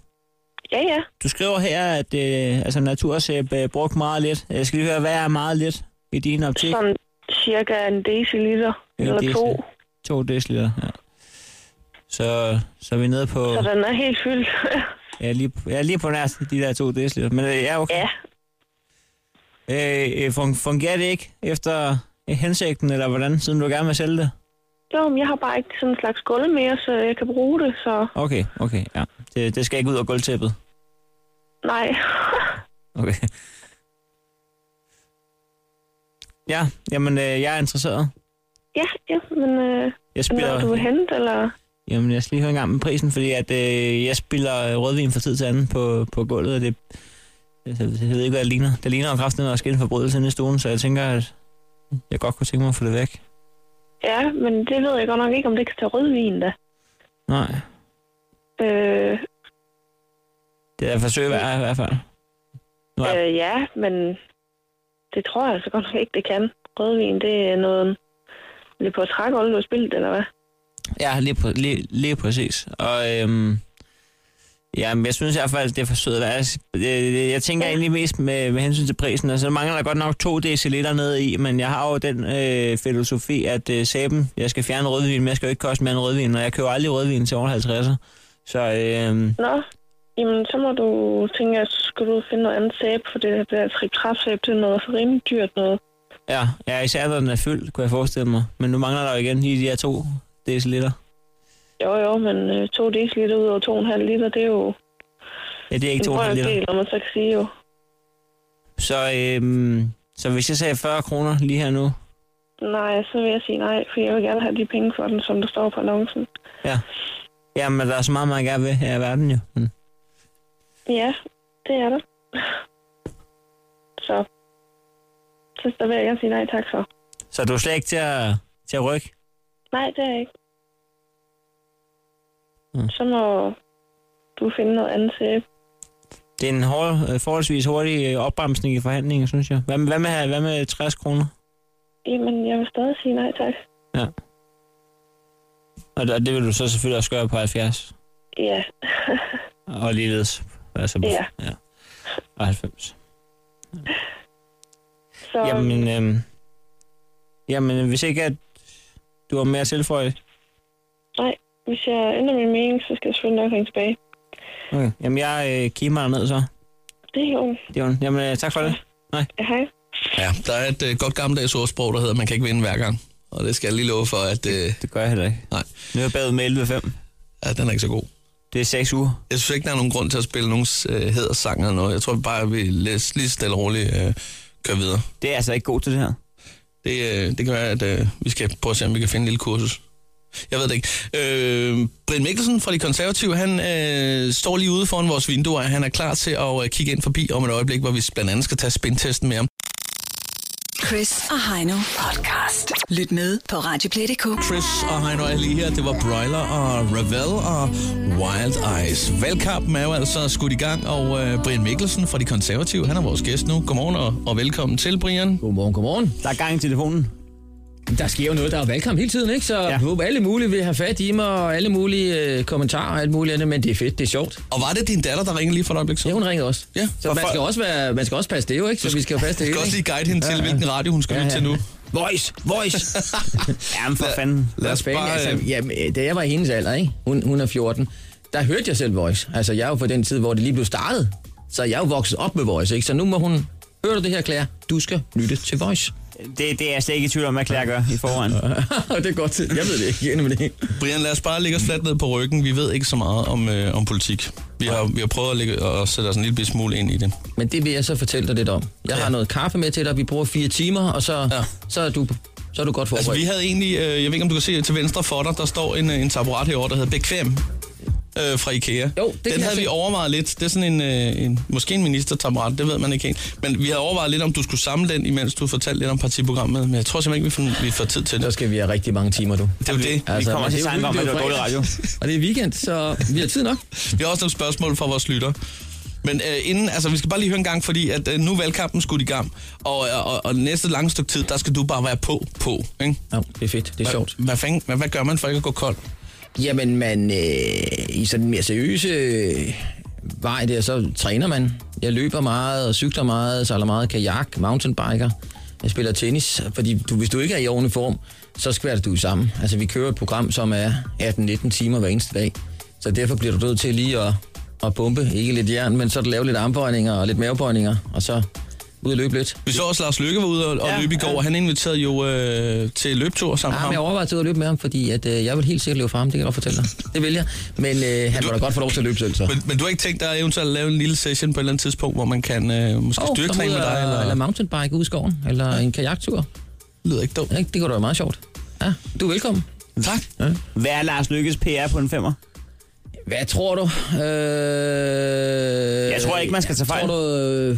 Speaker 7: Ja, ja.
Speaker 4: Du skriver her, at øh, altså, natursæb øh, brugt meget lidt. Jeg skal lige høre, hvad er meget lidt i din optik?
Speaker 7: Sådan cirka en deciliter
Speaker 4: En
Speaker 7: eller to.
Speaker 4: deciliter. 2 deciliter, ja. Så, så er vi nede på...
Speaker 7: Så den er helt fyldt.
Speaker 4: Ja, lige, ja, lige på nær de der 2 deciliter. Men øh, ja, okay.
Speaker 7: ja.
Speaker 4: Øh, øh, fun- fungerer det ikke efter øh, hensigten, eller hvordan, siden du gerne vil sælge det?
Speaker 7: Jo, men jeg har bare ikke sådan en slags gulv mere, så jeg kan bruge det, så
Speaker 4: Okay, okay, ja. Det, det skal ikke ud af gulvtæppet.
Speaker 7: nej.
Speaker 4: Okay. Ja, jamen, øh, jeg er interesseret.
Speaker 7: ja, ja, men øh,
Speaker 4: Jeg
Speaker 7: når
Speaker 4: spiller,
Speaker 7: du vil hente, eller...
Speaker 4: Jamen, jeg skal lige høre en gang med prisen, fordi at, øh, jeg spiller øh, rødvin fra tid til anden på, på gulvet, og det, jeg, jeg ved ikke, hvad det ligner. Det ligner jo kraften og en forbrydelse inde i stuen, så jeg tænker, at jeg godt kunne tænke mig at få det væk.
Speaker 9: Ja, men det ved jeg godt nok ikke, om det kan tage rødvin, da.
Speaker 4: Nej,
Speaker 9: Øh,
Speaker 4: det er et forsøg værd i hvert fald. Nej.
Speaker 9: øh, ja, men det tror jeg altså godt nok ikke, det kan. Rødvin, det er noget... Det er på at trække du har spildt, eller hvad?
Speaker 4: Ja, lige, præ- lige, lige præcis. Og øhm, ja, men jeg synes i hvert fald, det er forsøget værd. Altså, Jeg, jeg tænker egentlig mest med, med hensyn til prisen. Altså, der mangler der godt nok 2 deciliter ned i, men jeg har jo den øh, filosofi, at øh, sæben, jeg skal fjerne rødvin, men jeg skal jo ikke koste mere end rødvin, og jeg køber aldrig rødvin til over 50. Så øhm,
Speaker 9: Nå, jamen så må du tænke, at skulle du finde noget andet sæbe, for det, det der trikkraftsæbe, det er noget for rimelig dyrt noget.
Speaker 4: ja, ja, især når den er fyldt, kunne jeg forestille mig. Men nu mangler der jo igen lige de her 2 deciliter.
Speaker 9: Jo, jo, men øh, 2 dl ud over 2,5 liter, det er jo
Speaker 4: Ja, det er ikke
Speaker 9: en
Speaker 4: 2
Speaker 9: høj
Speaker 4: liter.
Speaker 9: del, når man så kan sige jo.
Speaker 4: Så, øhm, så hvis jeg sagde 40 kroner lige her nu,
Speaker 9: Nej, så vil jeg sige nej, for jeg vil gerne have de penge for den, som der står på annoncen.
Speaker 4: Jamen, der er så meget, man gerne vil her i verden, jo. Men
Speaker 9: Ja, det er der. Så, så der vil jeg gerne sige nej tak for.
Speaker 4: Så du er slet ikke til at, til at rykke?
Speaker 9: Nej, det er jeg ikke.
Speaker 4: Mm.
Speaker 9: Så må du finde noget andet sæbe.
Speaker 4: Det er en hård, øh, forholdsvis hurtig øh, opbremsning i forhandlingen, synes jeg. Hvad, med- hvad, med, hvad med 60 kroner?
Speaker 9: Jamen, jeg vil stadig sige nej tak.
Speaker 4: Og det, og det vil du så selvfølgelig også gøre på 70.
Speaker 9: Ja,
Speaker 4: Og ligeledes. Altså, på-
Speaker 9: Ja.
Speaker 4: ja. Og 90.
Speaker 9: så
Speaker 4: Jamen, øhm, jamen, hvis ikke at du har mere at tilføje.
Speaker 9: hvis jeg ændrer min mening, så skal jeg selvfølgelig nok ringe tilbage.
Speaker 4: Okay. Jamen, jeg øh, kigger mig ned så.
Speaker 9: Det er jo.
Speaker 4: Det var, jamen, øh, tak for det.
Speaker 9: Hej.
Speaker 3: Ja, der er et øh, godt gammeldags ordsprog, der hedder, man kan ikke vinde hver gang. Og det skal jeg lige love for, at øh,
Speaker 4: Det gør jeg heller ikke.
Speaker 3: Nej.
Speaker 4: Nu er jeg bagud med 11.5.
Speaker 3: ja, den er ikke så god.
Speaker 4: Det er 6 uger.
Speaker 3: Jeg synes ikke, der er nogen grund til at spille nogen øh, hædersang eller noget. Jeg tror bare, at vi læs, lige stille og roligt øh, kører videre.
Speaker 4: Det er altså ikke god til det her.
Speaker 3: Det, øh, det kan være, at øh, vi skal prøve at se, om vi kan finde en lille kursus. Jeg ved det ikke. Øh, Brian Mikkelsen fra De Konservative, han øh, står lige ude foran vores vinduer. Han er klar til at øh, kigge ind forbi om et øjeblik, hvor vi blandt andet skal tage spintesten med ham.
Speaker 2: Chris og Heino podcast. Lyt med på Radioplay.dk.
Speaker 3: Chris og Heino er lige her. Det var Broiler og Ravel og Wild Eyes. Valgkampen er jo altså skudt i gang, og øh, Brian Mikkelsen fra De Konservative, han er vores gæst nu. Godmorgen og, og velkommen til, Brian.
Speaker 10: Godmorgen, godmorgen.
Speaker 4: Der er gang i telefonen.
Speaker 10: Der sker jo noget, der er valgkamp hele tiden, ikke? Så
Speaker 4: Ja.
Speaker 10: ja. håber alle mulige vil have fat i mig, og alle mulige øh, kommentarer og alt muligt andet, men det er fedt, det er sjovt.
Speaker 3: Og var det din datter, der ringede lige for et øjeblik
Speaker 10: Ja,
Speaker 3: siden?
Speaker 10: hun ringede også.
Speaker 3: Ja.
Speaker 10: Så man skal også, være, man skal også passe det jo, ikke? Så vi skal jo passe det
Speaker 3: Jeg
Speaker 10: hele,
Speaker 3: skal også
Speaker 10: ikke?
Speaker 3: lige guide hende til, hvilken radio hun skal lytte til nu.
Speaker 10: Voice, voice.
Speaker 4: Jamen, for fanden.
Speaker 3: Lad os
Speaker 10: Fanden,
Speaker 3: bare...
Speaker 10: altså, jamen, øh, da jeg var i hendes alder, ikke? Hun, hun er 14, der hørte jeg selv Voice. Altså, jeg er jo på den tid, hvor det lige blev startet. Så jeg er jo vokset op med Voice, ikke? Så nu må hun... Hører du det her, Claire? Du skal lytte til Voice.
Speaker 4: Det, det er jeg slet ikke i tvivl om, hvad Claire gør i forvejen.
Speaker 10: det er godt. Jeg ved det ikke. Jeg er enig med det.
Speaker 3: Brian, lad os bare lægge os fladt ned på ryggen. Vi ved ikke så meget om, øh, om politik. Vi har, vi har prøvet at lægge, og sætte os en lille bitte smule ind i det.
Speaker 10: Men det vil jeg så fortælle dig lidt om. Jeg har
Speaker 3: Ja.
Speaker 10: noget kaffe med til dig, vi bruger fire timer, og så,
Speaker 3: Ja.
Speaker 10: ja. så, er, du, så er du godt forberedt.
Speaker 3: Altså, vi havde egentlig... Øh, jeg ved ikke, om du kan se til venstre for dig, der står en, øh, en taburet herovre, der hedder Bekvem øh, fra Ikea.
Speaker 10: Jo, det kan
Speaker 3: Den
Speaker 10: jeg
Speaker 3: havde
Speaker 10: se.
Speaker 3: vi overvejet lidt. Det er sådan en, øh, en måske en ministertaburet, det ved man ikke helt. Men vi havde overvejet lidt, om du skulle samle den, imens du fortalte lidt om partiprogrammet. Men jeg tror simpelthen ikke, vi får, vi får tid til
Speaker 10: Så
Speaker 3: det.
Speaker 10: skal vi have rigtig mange timer, du. Altså,
Speaker 3: Det er jo det.
Speaker 4: Vi kommer
Speaker 10: men
Speaker 4: til
Speaker 10: det er jo
Speaker 4: tanke om, at det var dårlig
Speaker 10: hyggeligt,
Speaker 4: radio.
Speaker 10: jo fredag. Og det er weekend, så vi har tid nok.
Speaker 3: Vi har også nogle spørgsmål fra vores lytter. Men øh, inden, altså vi skal bare lige høre en gang, fordi at øh, nu er valgkampen skudt i gang, og, og, og, og næste lange stykke tid, der skal du bare være på, på, ikke?
Speaker 10: Jo, det er fedt, det er sjovt.
Speaker 3: Hvad, hvad, fanden, hvad, hvad gør man for ikke at gå kold?
Speaker 10: Jamen, man, øh, i sådan en mere seriøse øh, vej der, så træner man. Jeg løber meget og cykler meget, sejler meget kajak, mountainbiker. Jeg spiller tennis, fordi du, hvis du ikke er i ordentlig form, så skværter du sammen. Altså, vi kører et program, som er 18-19 timer hver eneste dag. Så derfor bliver du nødt til lige at, at pumpe, ikke lidt jern, men så at lave lidt armbøjninger og lidt mavebøjninger, og så ud og løbe lidt.
Speaker 3: Vi så også Lars Lykke var ude og, og
Speaker 10: Ja,
Speaker 3: løbe i går,
Speaker 10: ja.
Speaker 3: og han inviterede jo øh, til løbetur sammen
Speaker 10: Ah, men
Speaker 3: med
Speaker 10: jeg
Speaker 3: ham.
Speaker 10: overvejer til at løbe med ham, fordi at, øh, jeg vil helt sikkert løbe for ham, det kan jeg godt fortælle dig. Det vil jeg, men øh, han må da godt få lov til at løbe selv, så.
Speaker 3: Men, men du har ikke tænkt dig eventuelt at lave en lille session på et eller andet tidspunkt, hvor man kan øh, måske oh,
Speaker 10: Og
Speaker 3: styrketræne med dig? Eller,
Speaker 10: eller
Speaker 3: eller,
Speaker 10: mountainbike ude i skoven, eller en kajaktur.
Speaker 3: lyder ikke dumt.
Speaker 10: Ikke? Det kunne da være meget sjovt. Ja, du er velkommen.
Speaker 3: Tak.
Speaker 10: Ja.
Speaker 4: Hvad er Lars Lykkes PR på en femmer?
Speaker 10: Hvad tror du? Øh,
Speaker 4: Jeg tror ikke, man skal tage fejl.
Speaker 10: Tror du, øh,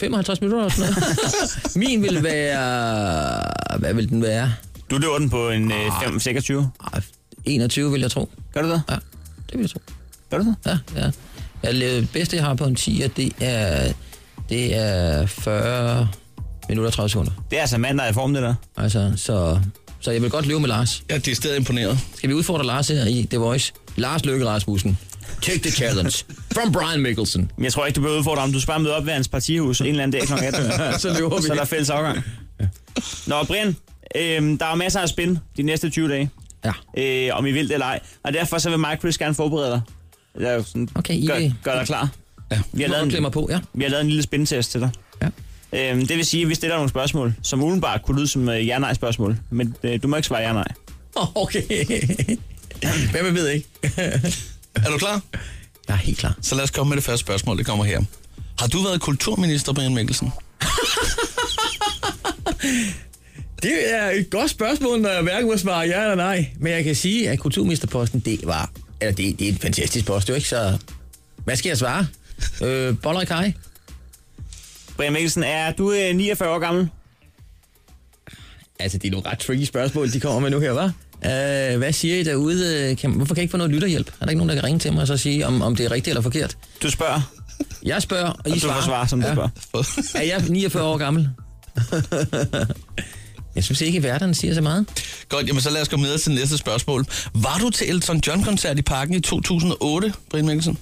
Speaker 10: 55 minutter eller sådan noget? Min vil være... Hvad vil den være?
Speaker 4: Du løber den på en øh,
Speaker 10: Ah.
Speaker 4: 5, 26.
Speaker 10: 21 vil jeg tro.
Speaker 4: Gør du det?
Speaker 10: Ja, det vil jeg tro.
Speaker 4: Gør du det?
Speaker 10: Ja, ja. Jeg, lavede- det bedste, jeg har på en 10'er, det er, det er 40 minutter og 30 sekunder.
Speaker 4: Det er altså mand, der er i form, det der.
Speaker 10: Altså, så, så jeg vil godt leve med Lars.
Speaker 3: Jeg er decideret imponeret.
Speaker 10: Skal vi udfordre Lars her i The Voice? Lars Løkke Rasmussen. Take the challenge. From Brian Mikkelsen.
Speaker 4: Men Jeg tror ikke, du behøver udfordre ham. Du skal bare møde op ved hans partihus en eller anden dag kl. 18.
Speaker 10: Så løber vi.
Speaker 4: Så er der fælles afgang. Nå, Brian, øhm, der er masser af spin de næste 20 dage. Ja. Øh, om I vil det eller ej. Og derfor så vil mig og Chris gerne forberede dig. Eller sådan,
Speaker 10: Okay, I
Speaker 4: gør,
Speaker 10: vil-
Speaker 4: gør dig klar.
Speaker 10: Ja.
Speaker 4: Vi har, lavet en,
Speaker 10: på, ja.
Speaker 4: vi har lavet en lille spindtest til dig. Ja. Øhm, det vil sige, at vi stiller nogle spørgsmål, som udenbart kunne lyde som øh, ja-nej-spørgsmål. Men øh, du må ikke svare ja-nej.
Speaker 10: Åh, Okay. Hvem ved ikke?
Speaker 3: Er du klar?
Speaker 10: Jeg er helt klar.
Speaker 3: Så lad os komme med det første spørgsmål, det kommer her. Har du været kulturminister, Brian Mikkelsen?
Speaker 10: Det er et godt spørgsmål, når jeg hverken må svare ja eller nej. Men jeg kan sige, at kulturministerposten, det var... Eller det, det er en fantastisk post, det er jo ikke så... Hvad skal jeg svare? Øh, boller i kaj?
Speaker 4: Brian Mikkelsen, er du øh, 49 år gammel?
Speaker 10: Altså, det er nogle ret tricky spørgsmål, de kommer med nu her, hva'? Øh, hvad siger I derude? Øh, Kan, hvorfor kan jeg ikke få noget lytterhjælp? Er der ikke nogen, der kan ringe til mig og så sige, om, om det er rigtigt eller forkert?
Speaker 4: Du spørger.
Speaker 10: Jeg spørger, og I
Speaker 4: Og du
Speaker 10: svarer.
Speaker 4: får svare, som du
Speaker 10: ja.
Speaker 4: spørger.
Speaker 10: Er jeg 49 år gammel? jeg synes ikke, at værterne siger så meget.
Speaker 3: Godt, jamen så lad os gå videre til det næste spørgsmål. Var du til Elton John-koncert i parken i 2008, Brian Mikkelsen?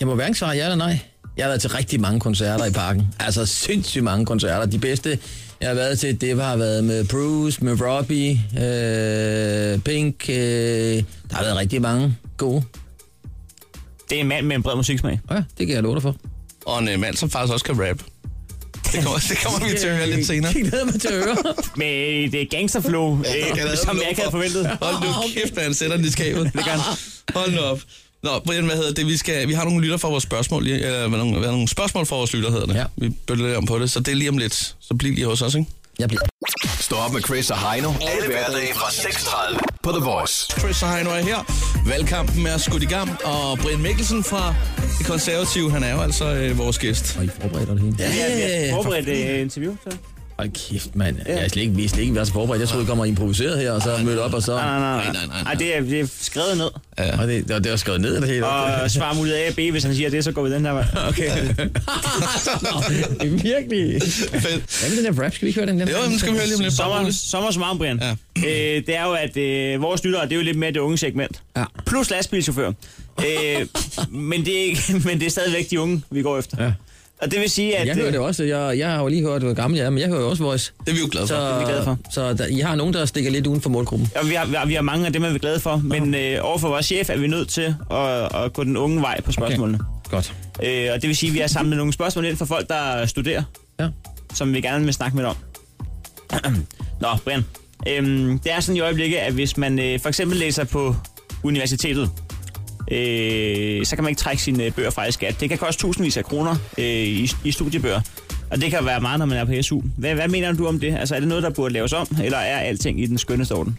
Speaker 10: Jeg må hverken svare ja eller nej. Jeg har været til rigtig mange koncerter i parken. Altså sindssygt mange koncerter. De bedste, jeg har været til, det har været med Bruce, med Robbie, øh, Pink. Øh, der har været rigtig mange gode.
Speaker 4: Det er en mand med en bred musiksmag.
Speaker 10: Ja, det kan jeg love dig for.
Speaker 3: Og en øh, mand, som faktisk også kan rap. Det kommer, det kommer vi til at høre lidt senere.
Speaker 10: Det glæder jeg mig til at høre.
Speaker 4: Men øh, det er gangsterflow, øh, som jeg ikke havde forventet.
Speaker 3: Hold nu kæft, man sætter den i skabet. Det kan. Hold nu op. Nå, Brian, hvad hedder det? Vi, skal, vi har nogle lytter for vores spørgsmål, lige- eller hvad, nogle, hvad, nogle spørgsmål for vores lytter, hedder det.
Speaker 10: Ja.
Speaker 3: Vi bøller lidt om på det, så det er lige om lidt. Så bliv lige hos os, ikke?
Speaker 10: Jeg bliver...
Speaker 5: Stå op med Chris og Heino. Alle hverdage fra 6.30 på The Voice.
Speaker 3: Chris og Heino er her. Valgkampen er skudt i gang, og Brian Mikkelsen fra Det Konservative, han er jo altså øh, vores gæst.
Speaker 10: Og I forbereder det hele. Ja,
Speaker 4: Ja, vi har forberedt øh, interview. Så.
Speaker 10: Hold kæft, mand. Jeg er slet ikke, vi er slet ikke været så forberedt. Jeg troede, I kommer improviseret her, og så mødt op, og så...
Speaker 4: Nej, nej, nej.
Speaker 3: Nej, nej, nej, nej.
Speaker 4: Ej, det, er, det er skrevet ned.
Speaker 10: Og det, og det var skrevet ned, det hele.
Speaker 4: Og svar mulighed A og B, hvis han siger det, så går vi den her vej.
Speaker 10: Okay. Nå, det er virkelig...
Speaker 3: Fedt.
Speaker 10: Hvad med den der rap? Skal vi ikke høre den der?
Speaker 3: Jo, jamen, skal vi høre lige om lidt.
Speaker 4: Sommer, sommer som arm, Brian.
Speaker 3: Ja.
Speaker 4: Ja. Øh, det er jo, at øh, vores lyttere, det er jo lidt mere det unge segment.
Speaker 10: Ja.
Speaker 4: Plus lastbilchauffør. Øh, men, det er ikke, men det er stadigvæk de unge, vi går efter.
Speaker 10: Ja.
Speaker 4: Og det vil sige, at... øh,
Speaker 10: Jeg hører det også. Jeg, jeg har jo lige hørt, hvor gammel jeg er, men jeg hører jo også Voice.
Speaker 3: Det er vi jo glade for.
Speaker 10: Så,
Speaker 4: er vi glade for.
Speaker 10: så der, I har nogen, der stikker lidt uden for målgruppen.
Speaker 4: Og vi, har, vi, har, vi har mange af dem, er vi glade for, men øh, overfor vores chef er vi nødt til at, at gå den unge vej på spørgsmålene.
Speaker 10: Godt.
Speaker 4: Okay. Øh, og det vil sige, at vi har samlet nogle spørgsmål ind fra folk, der studerer,
Speaker 10: Ja.
Speaker 4: som vi gerne vil snakke med dig om. Nå, Brian. Øhm, det er sådan i øjeblikket, at hvis man øh, for eksempel læser på universitetet, øh, så kan man ikke trække sine øh, bøger fra i skat. Det kan koste tusindvis af kroner øh, i, i studiebøger, og det kan være meget, når man er på SU. Hvad, hvad mener du om det? Altså, er det noget, der burde laves om, eller er alting i den skønneste orden?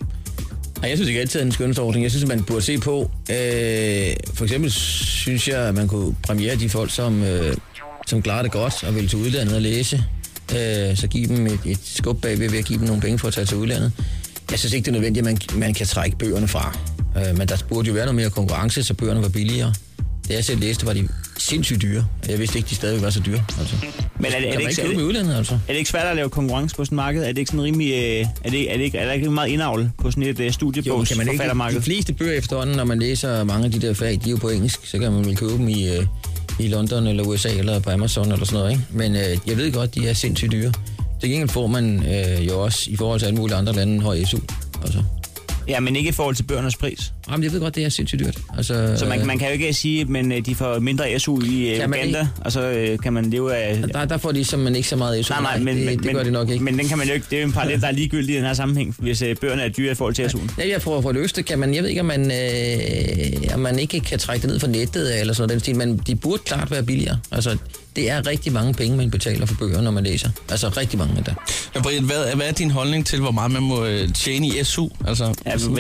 Speaker 10: Ej, jeg synes ikke altid, at det er en skønneste ordning. Jeg synes, at man burde se på... Øh, for eksempel synes jeg, at man kunne premiere de folk, som, øh, som klarer det godt og vil til udlandet og læse. Øh, så give dem et, et skub bagved ved at give dem nogle penge for at tage til udlandet. Jeg synes ikke, det er nødvendigt, at man, man kan trække bøgerne fra. Øh, men der burde jo være noget mere konkurrence, så bøgerne var billigere. Da jeg selv læste, var de sindssygt dyre. Jeg vidste ikke, de stadig var så dyre. Altså.
Speaker 4: Men er det, er
Speaker 10: kan
Speaker 4: det
Speaker 10: man
Speaker 4: ikke,
Speaker 10: ikke
Speaker 4: er
Speaker 10: købe med
Speaker 4: det,
Speaker 10: udlandet, altså?
Speaker 4: er det ikke svært at lave konkurrence på sådan et marked? Er det ikke sådan rimelig... Øh, er, det, er, det ikke, er der ikke meget indavl på sådan et øh,
Speaker 10: Jo, kan man ikke, de
Speaker 4: studiebogsforfattermarked?
Speaker 10: fleste bøger efterhånden, når man læser mange af de der fag, de er jo på engelsk, så kan man vel købe dem i, øh, i London eller USA eller på Amazon eller sådan noget, ikke? Men øh, jeg ved godt, de er sindssygt dyre. Til gengæld får man øh, jo også i forhold til alle mulige andre lande en høj SU. Altså.
Speaker 4: Ja, men ikke i forhold til bøgernes pris.
Speaker 10: Jamen, jeg ved godt, det er sindssygt dyrt. Altså,
Speaker 4: Så man, man kan jo ikke sige, men øh, de får mindre SU i øh,
Speaker 10: Kan man
Speaker 4: Uganda,
Speaker 10: ikke?
Speaker 4: og så øh, kan man leve af...
Speaker 10: øh, der, der får de simpelthen ikke så meget SU.
Speaker 4: Nej, nej, men,
Speaker 10: det,
Speaker 4: men,
Speaker 10: det gør
Speaker 4: men,
Speaker 10: det nok ikke.
Speaker 4: men den kan man jo ikke, det er jo en parallel, der er ligegyldig i den her sammenhæng, hvis øh, bøgerne er dyre i forhold til SU'en.
Speaker 10: Ja, jeg prøver at få løst det. Kan man, jeg ved ikke, om man, øh, om man ikke kan trække det ned fra nettet eller sådan noget. i Den stil, men de burde klart være billigere. Altså, Det er rigtig mange penge, man betaler for bøger, når man læser. Altså rigtig mange endda.
Speaker 3: Men Brian, hvad, hvad er din holdning til, hvor meget man må øh, tjene i SU? Altså,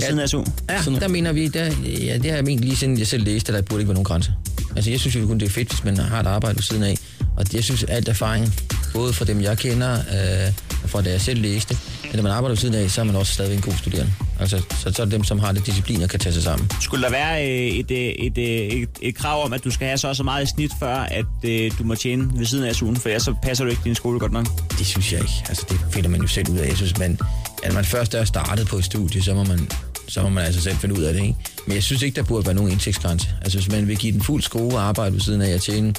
Speaker 10: Ja, der mener vi, der, ja, det har jeg ment lige siden jeg selv læste, at der burde ikke være nogen grænse. Altså, jeg synes jo kun, det er fedt, hvis man har et arbejde ved siden af. Og jeg synes, alt erfaring, både fra dem, jeg kender, øh, og fra da jeg selv læste, at når man arbejder ved siden af, så er man også stadigvæk en god studerende. Altså, så, så er det dem, som har det disciplin og kan tage sig sammen.
Speaker 4: Skulle der være øh, et, øh, et, øh, et, et krav om, at du skal have så og så meget i snit, før at øh, du må tjene ved siden af SU'en, for ellers så passer du ikke din skole godt nok?
Speaker 10: Det synes jeg ikke. Altså, det finder man jo selv ud af. Jeg synes, man, at man først er startet på et studie, så må man så må man altså selv finde ud af det, ikke? Men jeg synes ikke, der burde være nogen indtægtsgrænse. Altså, hvis man vil give den fuld skrue og arbejde ved siden af at tjene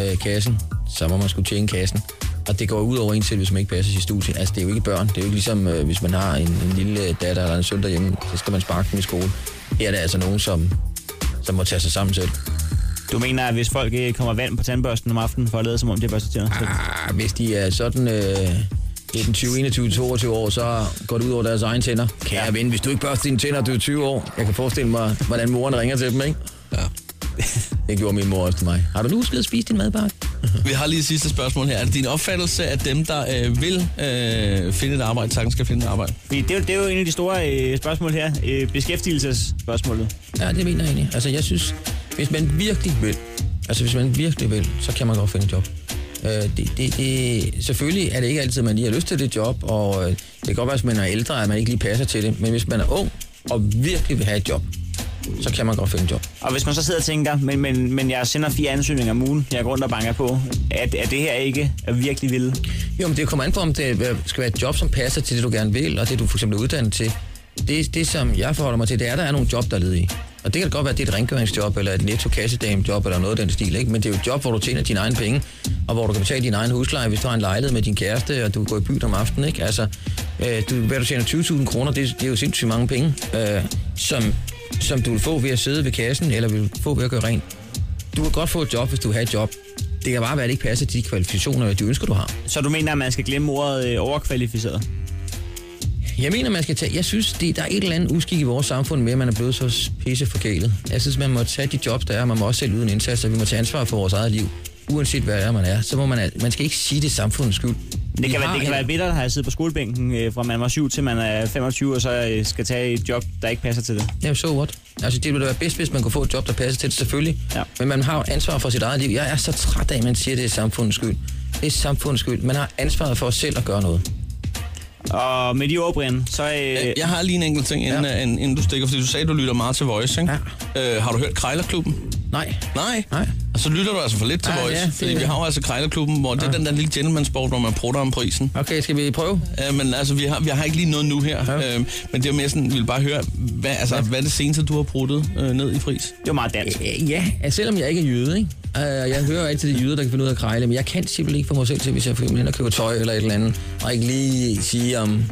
Speaker 10: øh, kassen, så må man skulle tjene kassen. Og det går ud over en selv, hvis man ikke passer sit studie. Altså, det er jo ikke børn. Det er jo ikke ligesom, øh, hvis man har en, en lille datter eller en søn derhjemme, så skal man sparke dem i skole. Her er der altså nogen, som, som må tage sig sammen selv.
Speaker 4: Du mener, at hvis folk øh, kommer vand på tandbørsten om aftenen for at lade, som om de har børstet tænder?
Speaker 10: Ah, hvis de er sådan... Øh, 19, 20, 21, 22 år, så går det ud over deres egne tænder. Kære ven, hvis du ikke børster dine tænder, du er 20 år. Jeg kan forestille mig, hvordan moren ringer til dem, ikke? Ja. det gjorde min mor også til mig. Har du nu husket at spise din madpakke?
Speaker 3: Vi har lige et sidste spørgsmål her. Er det din opfattelse, at dem, der øh, vil øh, finde et arbejde, sagtens skal finde et arbejde?
Speaker 4: Fordi det, er jo- det er jo en af de store øh, spørgsmål her. Øh, beskæftigelsesspørgsmålet.
Speaker 10: Ja, det mener jeg egentlig. Altså, jeg synes, hvis man virkelig vil, altså hvis man virkelig vil, så kan man godt finde et job. Øh, det, det, det, selvfølgelig er det ikke altid, man lige har lyst til det job, og øh, det kan godt være, hvis man er ældre, at man ikke lige passer til det. Men hvis man er ung og virkelig vil have et job, så kan man godt finde et job.
Speaker 4: Og hvis man så sidder og tænker, men, men, men jeg sender fire ansøgninger om ugen, jeg går rundt og banker på, at, at det her ikke er virkelig vilde.
Speaker 10: Jo, men det kommer an på, om det øh, skal være et job, som passer til det, du gerne vil, og det, du for eksempel er uddannet til. Det, det som jeg forholder mig til, det er, at der er nogle job, der er ledige. Og det kan da godt være, at det er et rengøringsjob, eller et netto kassedamejob eller noget af den stil, ikke? men det er jo et job, hvor du tjener dine egne penge, og hvor du kan betale din egen husleje, hvis du har en lejlighed med din kæreste, og du går i byen om aftenen. Ikke? Altså, øh, du, hvad du tjener 20.000 kroner, det, det er jo sindssygt mange penge, øh, som, som du vil få ved at sidde ved kassen, eller vil få ved at gøre rent. Du kan godt få et job, hvis du har et job. Det kan bare være, at det ikke passer til de kvalifikationer, du ønsker, du har.
Speaker 4: Så du mener, at man skal glemme ordet øh, overkvalificeret?
Speaker 10: Jeg mener, man skal tage... Jeg synes, det, der er et eller andet uskik i vores samfund med, at man er blevet så pisseforkælet. Jeg synes, man må tage de jobs, der er, og man må også selv yde en indsats, og vi må tage ansvar for vores eget liv. Uanset hvad det er, man er, så må man... al- Man skal ikke sige det er samfundets skyld.
Speaker 4: Det kan, være, det kan være bittert at have siddet på skolebænken øh, fra man var 7 til man er 25, og så øh, skal tage et job, der ikke passer til det.
Speaker 10: Jamen, so what? Altså, det ville da være bedst, hvis man kunne få et job, der passer til det, selvfølgelig. Ja. Men man har jo ansvar for sit eget liv. Jeg er så træt af, at man siger, at det er samfundets skyld. Det er samfundets skyld. Man har ansvaret for selv at gøre noget.
Speaker 4: Og med de ord, Brian, så... Øh,
Speaker 3: Jeg har lige en enkelt ting, inden, ja. inden du stikker, fordi du sagde, at du lytter meget til Voice, ikke? Ja. Øh, har du hørt Krejlerklubben?
Speaker 10: Nej.
Speaker 3: Nej? Nej. Og så lytter du altså for lidt til
Speaker 10: Ah,
Speaker 3: Voice,
Speaker 10: ja, det-
Speaker 3: fordi vi har jo altså Krejlerklubben, hvor det er den der lille gentleman-sport, hvor man prutter om prisen.
Speaker 10: Okay, skal vi prøve?
Speaker 3: Øh, men altså, vi har, vi har ikke lige noget nu her, ja. øh, men det er mere sådan, vi vil bare høre, hvad, altså, hvad er det seneste, du har pruttet øh, ned i pris?
Speaker 4: Det var meget dansk.
Speaker 10: Øh, Ja, altså, selvom jeg ikke er jøde, ikke? Øh, jeg hører jo altid de jyder, der kan finde ud af at krejle, men jeg kan simpelthen ikke få mig selv til, hvis jeg for eksempel hen og køber tøj eller et eller andet, og ikke lige sige, om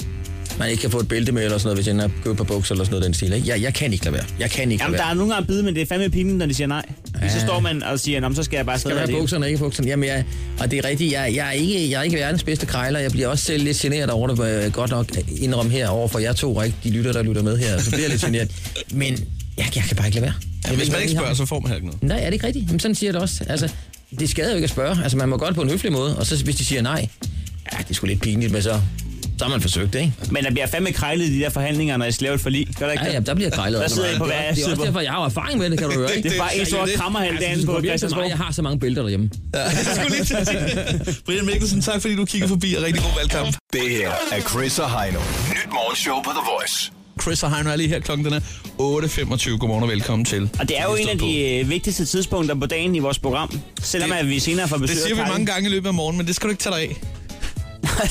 Speaker 10: man ikke kan få et bælte med eller sådan noget, hvis jeg ender køber et par bukser eller sådan noget i den stil. Ikke? Jeg, jeg kan ikke lade være. Jeg kan ikke
Speaker 4: Jamen,
Speaker 10: lade
Speaker 4: der
Speaker 10: være.
Speaker 4: er nogle gange bide, men det er fandme pinligt, når de siger nej. Ja. Så
Speaker 10: Ja.
Speaker 4: står man og siger, "Nå, men så skal jeg bare
Speaker 10: Skal
Speaker 4: sidde
Speaker 10: jeg
Speaker 4: alene."
Speaker 10: have bukserne, ikke bukserne? Jamen, jeg, og det er rigtigt, jeg, jeg, er ikke, jeg er ikke verdens bedste krejler. Jeg bliver også selv lidt generet over det, hvor jeg godt nok indrømme her over for jer to, og ikke de lytter, der lytter med her, så bliver jeg lidt generet. Men jeg, jeg kan bare ikke lade være. Jeg
Speaker 3: Ja,
Speaker 10: ved
Speaker 3: hvis man
Speaker 10: hvad
Speaker 3: ikke
Speaker 10: I har.
Speaker 3: spørger, så får man heller ikke noget.
Speaker 10: Nej, er det ikke rigtigt? Jamen, sådan siger jeg det også. Altså, det skader jo ikke at spørge. Altså, man må godt på en høflig måde, og så hvis de siger nej, ja, det er sgu lidt pinligt, men så, så har man forsøgt det, ikke?
Speaker 4: Men der bliver fandme krejlet i de der forhandlinger, når I skal lave et forlig. Gør der ikke
Speaker 10: Ja,
Speaker 4: det?
Speaker 10: ja, der bliver krejlet.
Speaker 4: Der
Speaker 10: altså
Speaker 4: sidder I
Speaker 10: meget.
Speaker 4: på
Speaker 10: Det er-
Speaker 4: hver
Speaker 10: Det er også derfor, jeg har erfaring med det, Altså, kan du høre, ikke?
Speaker 4: Det er bare en stor krammer hele dagen på Christiansborg.
Speaker 10: Jeg har så mange bælter derhjemme.
Speaker 3: Brian Mikkelsen, tak fordi du kigger forbi, og rigtig god valgkamp.
Speaker 5: Det her er Chris og Heino. Nyt morgenshow på The Voice.
Speaker 3: Chris og Heino er lige her klokken, den er 8.25. Godmorgen og velkommen til.
Speaker 4: Og det er jo en af de øh, vigtigste tidspunkter på dagen i vores program. Selvom at vi senere får besøg
Speaker 3: Det
Speaker 4: af
Speaker 3: siger vi
Speaker 4: Karin.
Speaker 3: mange gange i løbet af morgenen, men det skal du ikke tage dig af.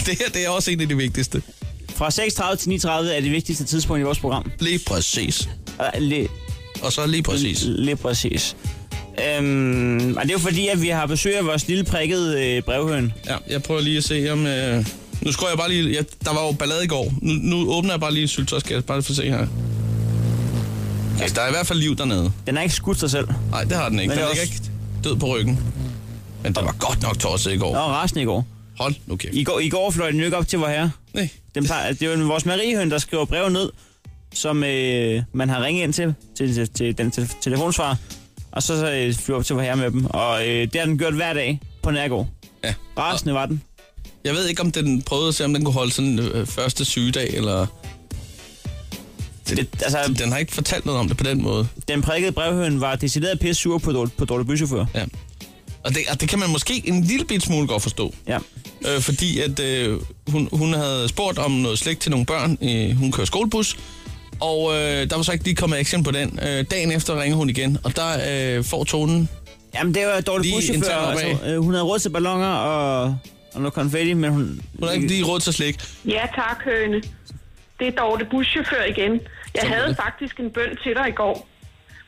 Speaker 3: det her det er også en af de vigtigste.
Speaker 4: Fra 6.30 til 9.30 er det vigtigste tidspunkt i vores program.
Speaker 3: Lige præcis.
Speaker 4: Lige,
Speaker 3: og så lige præcis.
Speaker 4: Lige præcis. Øhm, og det er jo fordi, at vi har besøg af vores lille prikkede øh, brevhøn.
Speaker 3: Ja, jeg prøver lige at se om... Øh... Nu skruer jeg bare lige... Ja, der var jo ballade i går. Nu, nu åbner jeg bare lige syltøjskabet, bare for at se her. Altså, der er i hvert fald liv dernede.
Speaker 4: Den har ikke skudt sig selv.
Speaker 3: Nej, det har den ikke.
Speaker 4: Men
Speaker 3: Den
Speaker 4: det
Speaker 3: ligger
Speaker 4: er
Speaker 3: ikke død på ryggen. Men der var godt nok tosset i går.
Speaker 4: Der var resten i går.
Speaker 3: Hold nu kæft.
Speaker 4: I går, i går fløj den jo ikke op til vor herre.
Speaker 3: Nej.
Speaker 4: Den plejer, det er jo vores Mariehøn, der skriver brev ned, som øh, man har ringet ind til, til, til, til den te- telefonsvar. Og så, så øh, flyver op til vor herre med dem. Og øh, det har den gjort hver dag på på Nærgaard.
Speaker 3: Ja.
Speaker 4: Rasende var den.
Speaker 3: Jeg ved ikke, om den prøvede at se, om den kunne holde sådan øh, første sygedag, eller... Den, det, altså, den har ikke fortalt noget om det på den måde.
Speaker 4: Den prikkede brevhøen var decideret pisse sur på, dår- på dårlig bychauffør.
Speaker 3: Ja. Og det, og det kan man måske en lille bit smule godt forstå.
Speaker 4: Ja.
Speaker 3: Øh, fordi at øh, hun, hun havde spurgt om noget slik til nogle børn. Øh, hun kører skolebus. Og øh, der var så ikke lige kommet action på den. Øh, dagen efter ringer hun igen, og der øh, får tonen...
Speaker 4: Jamen, det var dårlig
Speaker 3: lige en
Speaker 4: buschauffør.
Speaker 3: tand opad.
Speaker 4: Altså, øh, hun havde råd til ballonger og, og noget konfetti, men hun...
Speaker 3: Hun har ikke lige råd til slik.
Speaker 11: Ja, tak, Høne. Det er Dorte Buschauffør igen. Jeg havde faktisk en bøn til dig i går.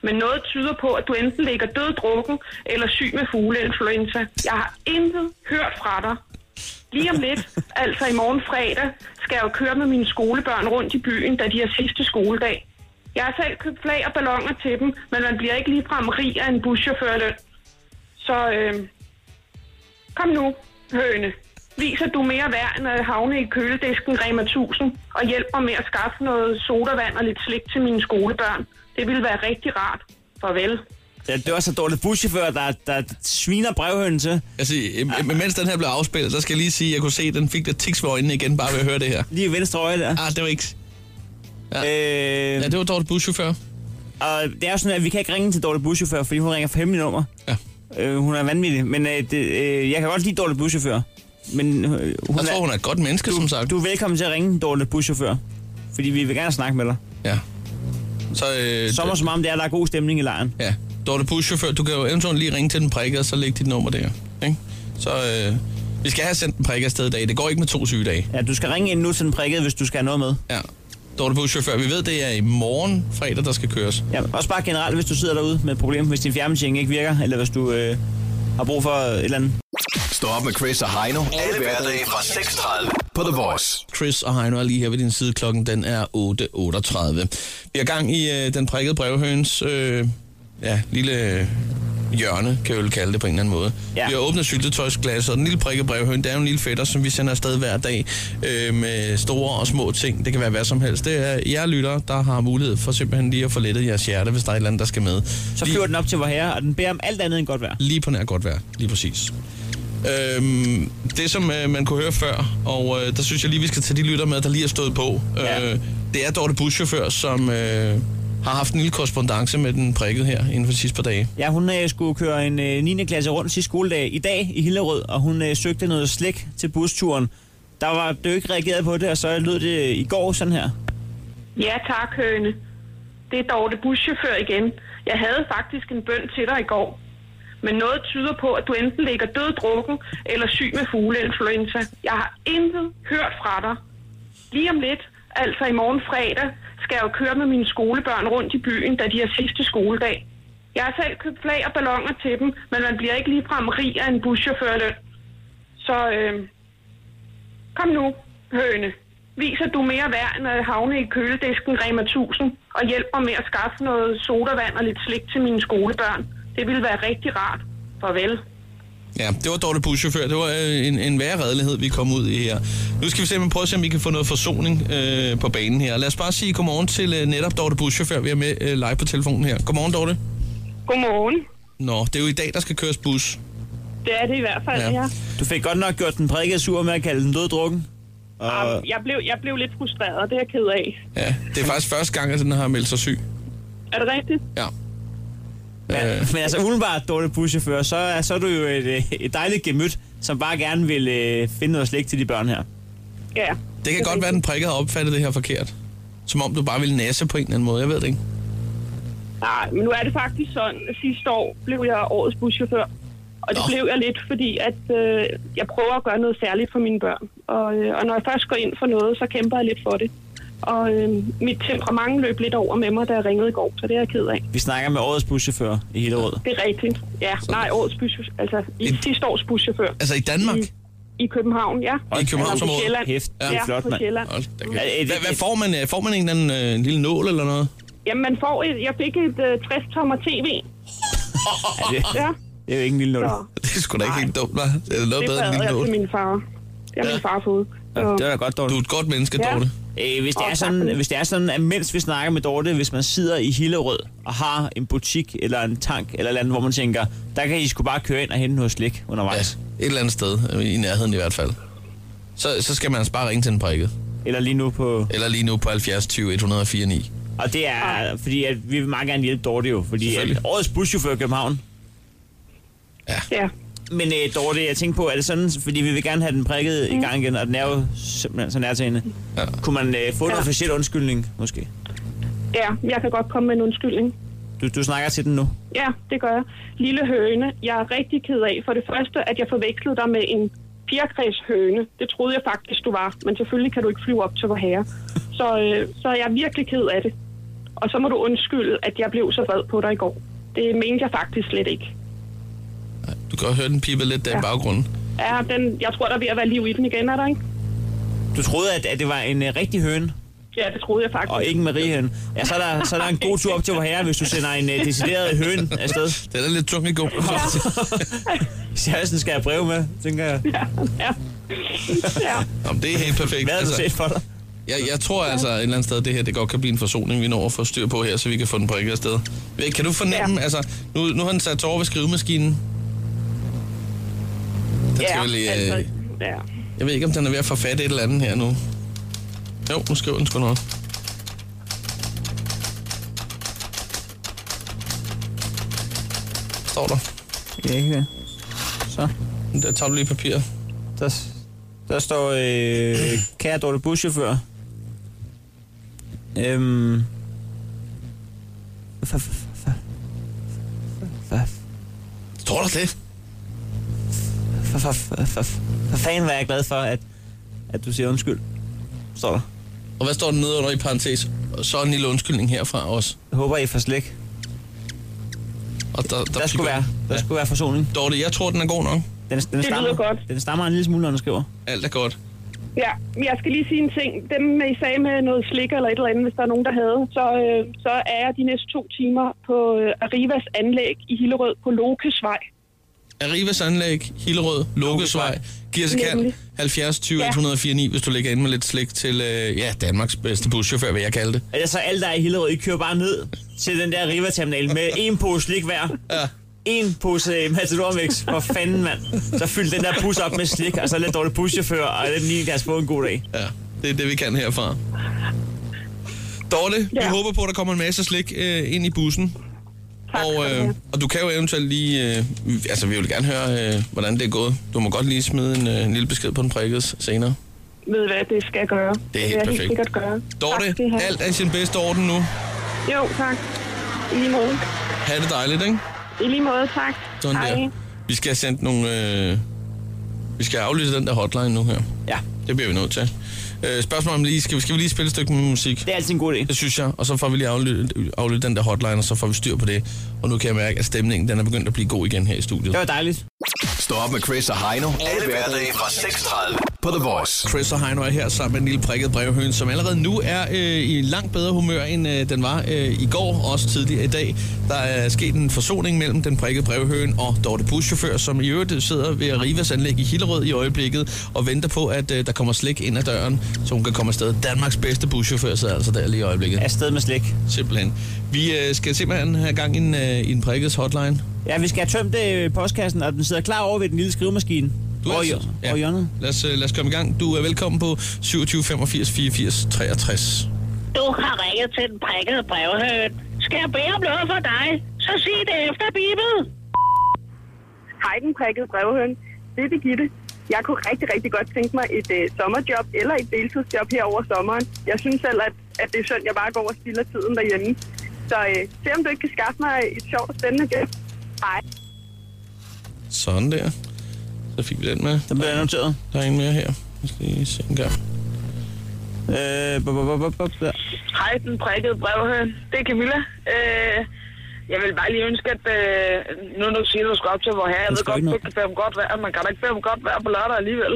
Speaker 11: Men noget tyder på, at du enten ligger døddrukken eller syg med fugleinfluenza. Jeg har intet hørt fra dig. Lige om lidt, altså i morgen fredag, skal jeg jo køre med mine skolebørn rundt i byen, da de har sidste skoledag. Jeg har selv købt flag og ballonger til dem, men man bliver ikke ligefrem rig af en buschaufførløn. Så øh, Kom nu, høne. Vis, at du er mere værd end at havne i køledisken Rema 1000, og hjælp mig med at skaffe noget sodavand og lidt slik til mine skolebørn. Det ville være rigtig rart. Farvel.
Speaker 4: Ja, det var så dårlig buschauffør, der, der sviner brevhøen til.
Speaker 3: Altså, øh, mens den her blev afspillet, der skal jeg lige sige, at jeg kunne se, at den fik det tiks ved øjnene igen, bare ved at høre det her.
Speaker 4: Lige i venstre øje der.
Speaker 3: Ah, det var ikke... Ja,
Speaker 4: øh...
Speaker 3: Ah. ja det var dårlig buschauffør.
Speaker 4: Og det er jo sådan, at vi kan ikke ringe til Dorte Buschauffør, fordi hun ringer fra hemmelig nummer.
Speaker 3: Ja.
Speaker 4: Øh, hun er vanvittig, men øh, det, øh, jeg kan godt lide Dorte Buschauffør. Men, øh, hun jeg
Speaker 3: tror, hun er et godt menneske,
Speaker 4: du,
Speaker 3: som sagt.
Speaker 4: Du er velkommen til at ringe, Dorte Buschauffør, fordi vi vil gerne snakke med dig.
Speaker 3: Ja. Så, øh,
Speaker 4: Sommer som om det er, der er god stemning i lejren.
Speaker 3: Ja. Dorte Buschauffør, du kan jo eventuelt lige ringe til den prikke, og så lægge dit nummer der. Ikke? Så øh, vi skal have sendt den prikke afsted i dag. Det går ikke med to sygedage.
Speaker 4: Ja, du skal ringe ind nu til den prikkede, hvis du skal have noget med.
Speaker 3: Ja. Dorte Buschauffør, vi ved, det er i morgen fredag, der skal køres.
Speaker 4: Ja, også bare generelt, hvis du sidder derude med et problem, hvis din fjernbetjening ikke virker, eller hvis du øh, har brug for et eller andet.
Speaker 5: Stå op med Chris og Heino. Alle hverdage fra 6.30 på The Voice.
Speaker 3: Chris og Heino er lige her ved din side. Klokken den er 8.38. Vi har gang i øh, den prikkede brevhøns øh, ja, lille øh, hjørne, kan jeg jo kalde det på en eller anden måde. Ja. Vi har åbnet syltetøjsglasset, og den lille prikkede brevhøn, det er jo en lille fætter, som vi sender afsted hver dag øh, med store og små ting. Det kan være hvad som helst. Det er jer lyttere, der har mulighed for simpelthen lige at få lettet jeres hjerte, hvis der er et eller andet, der skal med.
Speaker 4: Så flyver den op til vor herre, og den beder om alt andet end godt vejr.
Speaker 3: Lige på nær godt vejr, lige præcis. Øhm, det, som øh, man kunne høre før, og øh, der synes jeg lige, vi skal tage de lytter med, der lige er stået på. Ja. Øh, det er Dorte Buschauffør, som øh, har haft en lille korrespondence med den prikket her inden for de sidste par dage.
Speaker 4: Ja, hun øh, skulle køre en øh, 9. klasse rundt sidste skoledag i dag i Hillerød, og hun øh, søgte noget slik til busturen. Der var du ikke reageret på det, og så lød det i går sådan her.
Speaker 11: Ja, tak, Høne. Det er Dorte Buschauffør igen. Jeg havde faktisk en bøn til dig i går. Men noget tyder på, at du enten ligger døddrukken eller syg med fugleinfluenza. Jeg har intet hørt fra dig. Lige om lidt, altså i morgen fredag, skal jeg jo køre med mine skolebørn rundt i byen, da de har sidste skoledag. Jeg har selv købt flag og ballonger til dem, men man bliver ikke ligefrem rig af en buschaufførløn. Så øh, kom nu, høne. Vis, at du er mere værd end at havne i køledisken Rema 1000, og hjælp mig med at skaffe noget sodavand og lidt slik til mine skolebørn. Det ville være rigtig rart. Farvel.
Speaker 3: Ja, det var Dorte Buschauffør. Det var øh, en, en værre redelighed, vi kom ud i her. Nu skal vi simpelthen prøve at se, om vi kan få noget forsoning øh, på banen her. Lad os bare sige godmorgen til øh, netop Dorte Buschauffør, vi er med øh, live på telefonen her. Godmorgen, Dorte.
Speaker 11: Godmorgen.
Speaker 3: Nå, det er jo i dag, der skal køres bus.
Speaker 11: Det er det i hvert fald,
Speaker 3: Ja.
Speaker 11: ja. ja.
Speaker 4: Du fik godt nok gjort den prikkede sur med at kalde den døddrukken. Og,
Speaker 11: Jeg, blev, jeg blev lidt frustreret, det er jeg ked af.
Speaker 3: Ja, det er faktisk første gang, at den har meldt sig syg.
Speaker 11: Er det rigtigt?
Speaker 3: Ja.
Speaker 4: ja, men altså umiddelbart dårlig buschauffør, så, er- så er du jo et, øh, et dejligt gemyt, som bare gerne vil øh, finde noget slik til de børn her.
Speaker 11: Ja.
Speaker 3: Det kan godt være, at den prikker har opfattet det her forkert. Som om du bare ville nasse på en eller anden måde, jeg ved det ikke.
Speaker 11: Nej, men nu er det faktisk sådan, at sidste år blev jeg årets buschauffør. Og det Nå. blev jeg lidt, fordi at, øh, jeg prøver at gøre noget særligt for mine børn. Og, øh, og når jeg først går ind for noget, så kæmper jeg lidt for det. Og øh, mit temperament løb lidt over med mig, da jeg ringede i går, så det er jeg ked af.
Speaker 4: Vi snakker med årets buschauffør i Hillerød.
Speaker 11: Det er rigtigt. Ja, nej, årets buschauffør. Altså, i, sidste års buschauffør.
Speaker 3: Altså i Danmark?
Speaker 11: I, i København, ja.
Speaker 3: I
Speaker 11: Eller på
Speaker 3: Københavnsområdet.
Speaker 11: Sjælland. ja, på Sjælland.
Speaker 3: Hold da kæft. Hvad, hvad får man? øh, Får man en eller anden øh, en lille nål eller noget?
Speaker 11: Jamen, man får et, jeg fik et øh, 60-tommer tv.
Speaker 4: Er det?
Speaker 11: Ja,
Speaker 4: Det er jo ikke en lille nål.
Speaker 11: Så.
Speaker 3: Det er sgu da ikke helt dumt, hva'? Det er noget
Speaker 11: det
Speaker 3: bedre end
Speaker 11: forærede
Speaker 3: en lille
Speaker 11: jeg
Speaker 3: nål.
Speaker 11: til min far. Det har min far fået.
Speaker 4: Ja,
Speaker 11: Så-
Speaker 4: det var da godt, Dorte. Du
Speaker 3: er et godt menneske,
Speaker 11: Ja. Dorte.
Speaker 4: Øh, hvis, det er
Speaker 11: Og tak for
Speaker 4: sådan,
Speaker 11: det.
Speaker 4: hvis det er sådan, at mens vi snakker med Dorte, hvis man sidder i Hillerød og har en butik eller en tank eller et eller andet, hvor man tænker, der kan I sgu bare køre ind og hente noget slik undervejs. Ja.
Speaker 3: Et eller andet sted, øh, i nærheden i hvert fald. Så, så skal man altså bare ringe til en prikket.
Speaker 4: Eller lige nu på...
Speaker 3: Eller lige nu på 70 20 104 9.
Speaker 4: Og det
Speaker 11: Ah.
Speaker 4: er, fordi at vi vil meget gerne hjælpe Dorte jo, fordi at årets buschauffør i København.
Speaker 11: Ja.
Speaker 4: Men øh, Dorte, jeg tænkte på, er det sådan, fordi vi vil gerne have den prikket i gang igen, og den er jo simpelthen så nær til hende. Ja. Kunne man øh, få en
Speaker 11: Mm. Ja.
Speaker 4: officiel undskyldning, måske?
Speaker 11: Ja, jeg kan godt komme med en undskyldning.
Speaker 4: Du, du snakker til den nu.
Speaker 11: Ja, det gør jeg. Lille høne, jeg er rigtig ked af for det første, at jeg forvekslede dig med en fjerkræshøne. Det troede jeg faktisk, du var, men selvfølgelig kan du ikke flyve op til vor herre. Så, øh, så jeg er virkelig ked af det. Og så må du undskylde, at jeg blev så vred på dig i går. Det mente jeg faktisk slet ikke.
Speaker 3: Du kan godt høre den pipe lidt der ja. i baggrunden.
Speaker 11: Ja, den, jeg tror, der er ved at være liv i den igen, er der ikke?
Speaker 4: Du troede, at, at det var en øh, rigtig høne,
Speaker 11: Ja, det troede jeg faktisk.
Speaker 4: og ikke en mariehøne. Ja, så er der, så er der en god tur op til vor herre, hvis du sender en øh, decideret høne afsted.
Speaker 3: Den er lidt tung i går.
Speaker 4: Særligt skal jeg breve med, tænker jeg.
Speaker 11: Ja, ja. ja.
Speaker 3: Jamen, det er helt perfekt.
Speaker 4: Hvad
Speaker 3: Altså,
Speaker 4: har du
Speaker 11: Altså-
Speaker 4: set for dig?
Speaker 3: Jeg, jeg tror altså et eller andet sted, det her det godt kan blive en forsoning, vi når at få styr på her, så vi kan få den prikket afsted. Ved- Kan du fornemme, ja. altså, nu, nu har han sat sig over ved skrivemaskinen. Den skal
Speaker 11: ja,
Speaker 3: vel, øh,
Speaker 11: altså, ja.
Speaker 3: Jeg ved ikke, om den er ved at få fat i et eller andet her nu. Jo, nu skriver den sgu noget. Står der?
Speaker 4: Ja, ikke det. Så.
Speaker 3: Der tager du lige papiret.
Speaker 4: Der, der står, øh, kære Dorte Buschauffør. Øhm... Hvad? Hvad?
Speaker 3: Står der det?
Speaker 4: For, for, for, for, for fanden var jeg glad for, at, at du siger undskyld. Står der.
Speaker 3: Og hvad står der nede under i parentes? Og så en lille undskyldning herfra også.
Speaker 4: Jeg håber, I får slik.
Speaker 3: Og der, der,
Speaker 4: Der skulle være, der skulle være forsoning.
Speaker 3: Dorte, jeg tror, den er god nok.
Speaker 4: Den, den,
Speaker 11: Det lyder
Speaker 4: stammer,
Speaker 11: godt.
Speaker 4: den stammer en lille smule, når den skriver.
Speaker 3: Alt er godt.
Speaker 11: Ja, jeg skal lige sige en ting. Dem, I sagde med noget slik eller et eller andet, hvis der er nogen, der havde, så, øh, så er jeg de næste to timer på øh, Arrivas anlæg i Hillerød på Lokesvej.
Speaker 3: Arrivas Anlæg, Hillerød, Lokesvej. Giv os et kald.
Speaker 11: Nemlig.
Speaker 3: 70 20 104 9, hvis du lægger ind med lidt slik til øh, ja, Danmarks bedste buschauffør, vil jeg kalde det.
Speaker 4: Altså alle, der er i Hillerød, I kører bare ned til den der Riva-terminal med en pose slik hver.
Speaker 3: Ja.
Speaker 4: En pose øh, Matadormix. For fanden, mand. Så fyld den der bus op med slik, og så lidt dårlig buschauffør, og dem lige deres få en god dag.
Speaker 3: Ja, det er det, vi kan herfra. Dorte, ja. vi håber på, at der kommer en masse slik øh, ind i bussen. Tak, og, øh, og du kan jo eventuelt lige... Øh, vi- altså, vi vil gerne høre, øh, hvordan det er gået. Du må godt lige smide en, øh, en lille besked på den prikket senere.
Speaker 11: Ved I hvad, det skal jeg gøre. Det
Speaker 3: helt
Speaker 11: vil jeg
Speaker 3: perfekt.
Speaker 11: helt sikkert gøre.
Speaker 3: Dorte,
Speaker 11: skal I have.
Speaker 3: alt er i sin bedste orden nu.
Speaker 11: Jo, tak. I lige måde.
Speaker 3: Ha' det dejligt, ikke?
Speaker 11: I lige måde, tak.
Speaker 3: Sådan der. Vi skal have sendt nogle... Øh, vi skal aflyse den der hotline nu her.
Speaker 4: Ja.
Speaker 3: Det bliver vi nødt til. Øh, spørgsmål om lige, skal vi, skal vi lige spille et stykke med musik? Det
Speaker 4: er altid en god idé.
Speaker 3: Det synes jeg, og så får vi lige aflyttet aflyt den der hotline, og så får vi styr på det. Og nu kan jeg mærke, at stemningen den er begyndt at blive god igen her i studiet.
Speaker 4: Det var dejligt.
Speaker 5: Stå op med Chris og Heino. Alle hverdage fra 6.30 på The Voice.
Speaker 3: Chris og Heino er her sammen med en lille prikket brevhøn, som allerede nu er øh, i langt bedre humør, end øh, den var øh, i går, også tidligere i dag. Der er sket en forsoning mellem den prikkede brevhøn og Dorte Buschauffør, som i øvrigt sidder ved Arrivas anlæg i Hillerød i øjeblikket og venter på, at øh, der kommer slik ind ad døren, så hun kan komme afsted. Danmarks bedste buschauffør sidder altså der lige i øjeblikket.
Speaker 4: Afsted med slik.
Speaker 3: Simpelthen. Vi øh, skal simpelthen have gang i en, øh, i en prikkets hotline.
Speaker 4: Ja, vi skal have tømt øh, postkassen, og den sidder klar over ved den lille skrivemaskine.
Speaker 3: Du er
Speaker 4: over,
Speaker 3: altså-
Speaker 4: ja. over hjørnet.
Speaker 3: Lad os, øh, lad os komme i gang. Du er velkommen på 27 85 84 63.
Speaker 12: Du har ringet til den prikkede brevhøn. Skal jeg bede om noget for dig, så sig det efter, Bibel.
Speaker 7: Hej, den prikkede brevhøn. Det er Birgitte. Jeg kunne rigtig, rigtig godt tænke mig et øh, sommerjob eller et deltidsjob her over sommeren. Jeg synes selv, at, at det er synd, jeg bare går og spilder tiden derhjemme. Så øh, se om du ikke kan skaffe mig et sjovt og spændende job. Hej.
Speaker 3: Sådan der. Så fik vi den med.
Speaker 4: Den bliver noteret.
Speaker 3: Der er en mere her. Vi skal lige se en gang.
Speaker 4: Øh, bop, bop, bop, bop, bop, der.
Speaker 13: Hej, den prikkede brevhøn. Det er Camilla. Øh, jeg vil bare lige ønske, at øh, nu når du siger, at du skal op til hvor her, jeg ved godt, du ikke kan bede om godt vejr, man kan da ikke bede om godt vejr på lørdag alligevel.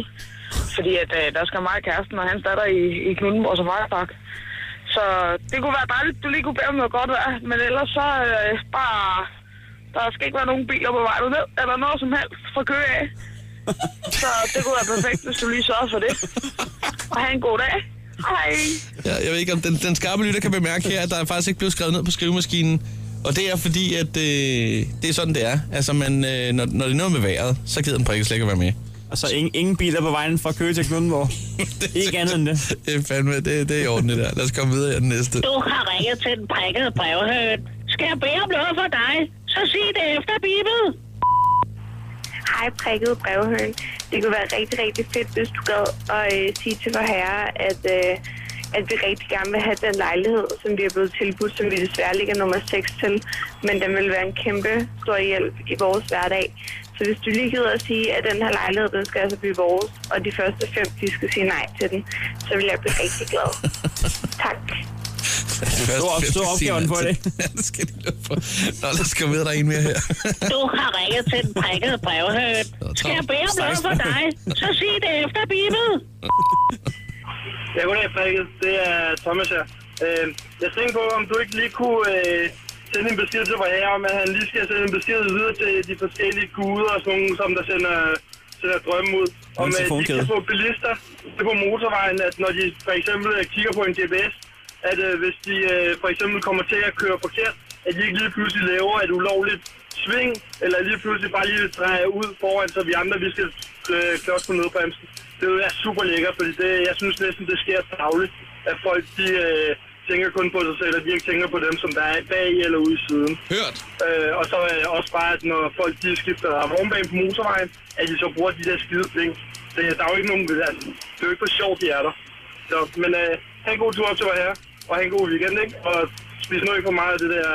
Speaker 13: Fordi at, øh, der skal mig og kæresten og hans datter i, i Knuddenborg Safaripark. Så det kunne være dejligt, at du lige kunne bede om noget godt vejr, men ellers så øh, bare... Der skal ikke være nogen biler på vej ned, eller noget som helst fra kø af. Så det kunne være perfekt, hvis du lige sørger for det. Og have en god dag. Hej.
Speaker 3: Ja, jeg ved ikke, om den, den skarpe lytter kan bemærke her, at der er faktisk ikke blevet skrevet ned på skrivemaskinen, Og det er fordi, at øh, det er sådan, det er. Altså, man, øh, når, når det er noget med vejret, så gider den prikke slet ikke at være med.
Speaker 4: Og så ingen, ingen biler på vejen fra Køge til Knundenborg. ikke andet end det.
Speaker 3: Det er fandme, det, det er i orden det der. Lad os komme videre i den næste.
Speaker 12: Du har ringet til den prikkede brevhøn. Skal jeg bede om noget for dig, så sig det efter Bibel.
Speaker 7: Hej, prikket brevhøen. Det kunne være rigtig, rigtig fedt, hvis du gad at øh, sige til vor herre, at, øh, at vi rigtig gerne vil have den lejlighed, som vi er blevet tilbudt, som vi desværre ligger nummer 6 til. Men den vil være en kæmpe stor hjælp i vores hverdag. Så hvis du lige gider at sige, at den her lejlighed, den skal altså blive vores, og de første fem, de skal sige nej til den, så vil jeg blive rigtig glad. tak.
Speaker 4: Stor, stor opgaven for det.
Speaker 3: Ja, det skal de lukke for. Nå, lad os komme videre. Der er en mere her.
Speaker 12: Du har ringet til den prikkede brevhøn. Skal jeg bede om noget for dig, så sig det efter Bibel.
Speaker 14: Ja, goddag, Frederik. Det er Thomas her. Øh, jeg tænkte på, om du ikke lige kunne øh, sende en besked til Maja, om at han lige skal sende en besked videre til de forskellige guder og sådan nogle, som der sender, sender drømme ud. Om at de
Speaker 4: telefonkæde.
Speaker 14: kan få bilister på motorvejen, at når de for eksempel øh, kigger på en GPS, at øh, hvis de øh, for eksempel kommer til at køre forkert, at de ikke lige pludselig laver et ulovligt sving, eller lige pludselig bare lige drejer ud foran, så vi andre vi skal øh, klods på nødbremsen. Det vil være super lækkert, fordi det, jeg synes næsten, det sker dagligt, at folk de, øh, tænker kun på sig selv, at de ikke tænker på dem, som der er bag i eller ude i siden.
Speaker 3: Hørt.
Speaker 14: Øh, og så øh, også bare, at når folk de skifter vognbane på motorvejen, at de så bruger de der skide ting. Det, der er jo ikke nogen, altså, det er jo ikke for sjovt, de er der. Så, men øh, have en god tur op til her, og have en god weekend, ikke? Og spis nu ikke for meget af det der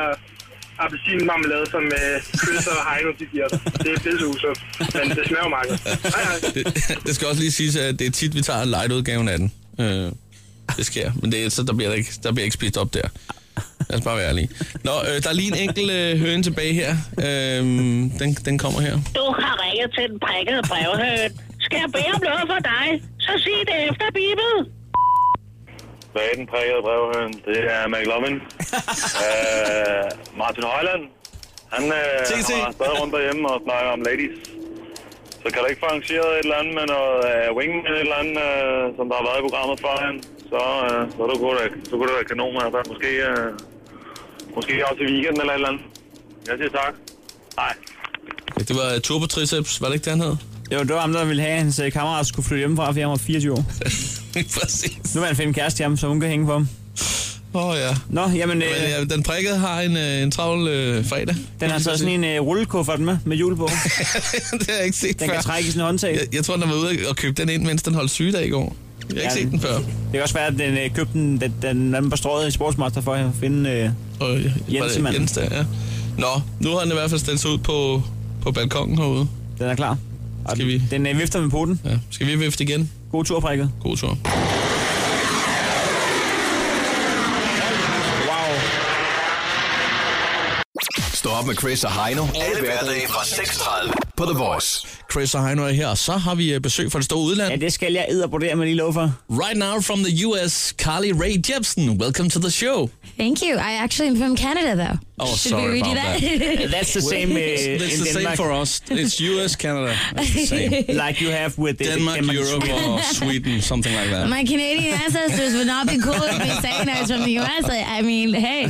Speaker 14: appelsinmarmelade, som øh, Chris og Heino, de giver dig. Det er pisse usundt, men det smager jo meget. godt. Hej, hej.
Speaker 3: Det, det skal også lige siges, at det er tit, vi tager light-udgaven af den. Øh, det sker, men det, er- så der bliver, der, ikke, der bliver ikke spist op der. Lad os bare være ærlige. Nå, øh, der er lige en enkelt øh, høne tilbage her. Øh, den, den kommer her.
Speaker 12: Du har ringet til den prikkede brevhøn. Skal jeg bede om noget for dig, så sig det efter Bibel.
Speaker 15: Hvad er den prikkede brevhøn? Det er McLovin. øh, Martin Højland. Han øh,
Speaker 3: TC.
Speaker 15: har stadig rundt derhjemme og snakker om ladies. Så kan du ikke få arrangeret et eller andet med noget øh, wingman et eller andet, øh, som der har været i programmet før han, så, øh, så, er det kunne, så kunne det være kanon med dig. Måske, øh, måske også i weekenden eller et eller andet. Jeg siger tak. Nej.
Speaker 3: Ja, det var øh, Turbo Triceps, var det ikke det, han hed?
Speaker 4: Jo, det var ham, der ville have, at hans øh, kammerat skulle flytte hjemmefra, fordi han var 24 år.
Speaker 3: Præcis.
Speaker 4: Nu vil han finde en kæreste til ham, så hun kan hænge på ham.
Speaker 3: Åh oh, ja.
Speaker 4: Nå, jamen... Øh,
Speaker 3: ja, den prikkede har en, øh, en travl øh, fredag.
Speaker 4: Den har taget sådan en øh, rullekuffert med, med hjul på.
Speaker 3: det har jeg ikke set
Speaker 4: Den
Speaker 3: før.
Speaker 4: kan trække i sin håndtag.
Speaker 3: Jeg, jeg tror, den var ude og købe den ind, mens den holdt sygedag i går. Jeg har ikke set den før.
Speaker 4: Det kan også være, at den øh, købte den, den, den anden på strøget i Sportsmaster for at finde øh,
Speaker 3: øh,
Speaker 4: Jensemann.
Speaker 3: Jens der, ja. Nå, nu har den i hvert fald stillet sig ud på, på balkongen herude.
Speaker 4: Den er klar.
Speaker 3: Og Skal vi...
Speaker 4: Den øh, vifter med poten.
Speaker 3: Ja. Skal vi vifte igen?
Speaker 4: God tur, prikket.
Speaker 3: God tur.
Speaker 5: Stå op med Chris og Heino. Alle hverdage fra 6.30 på The Voice.
Speaker 3: Chris og Heino er her, og så har vi øh, besøg fra det store udland. Ja,
Speaker 4: det skal jeg edderbordere med lige lov for.
Speaker 3: Right now from the US, Carly Rae Jepsen. Welcome to the show.
Speaker 16: Thank you. I actually am from Canada, though.
Speaker 3: Oh,
Speaker 16: Should
Speaker 3: sorry
Speaker 16: we redo
Speaker 3: about that.
Speaker 4: That's the same, uh,
Speaker 3: That's
Speaker 4: in
Speaker 3: the same
Speaker 4: Denmark.
Speaker 3: for us. It's US, Canada. That's the same.
Speaker 4: Like you have with the-
Speaker 3: Denmark,
Speaker 4: Denmark,
Speaker 3: Europe,
Speaker 16: Sweden.
Speaker 3: or Sweden, something like that.
Speaker 16: My Canadian ancestors would not be cool with me saying I was from the U.S. I, I mean, hey.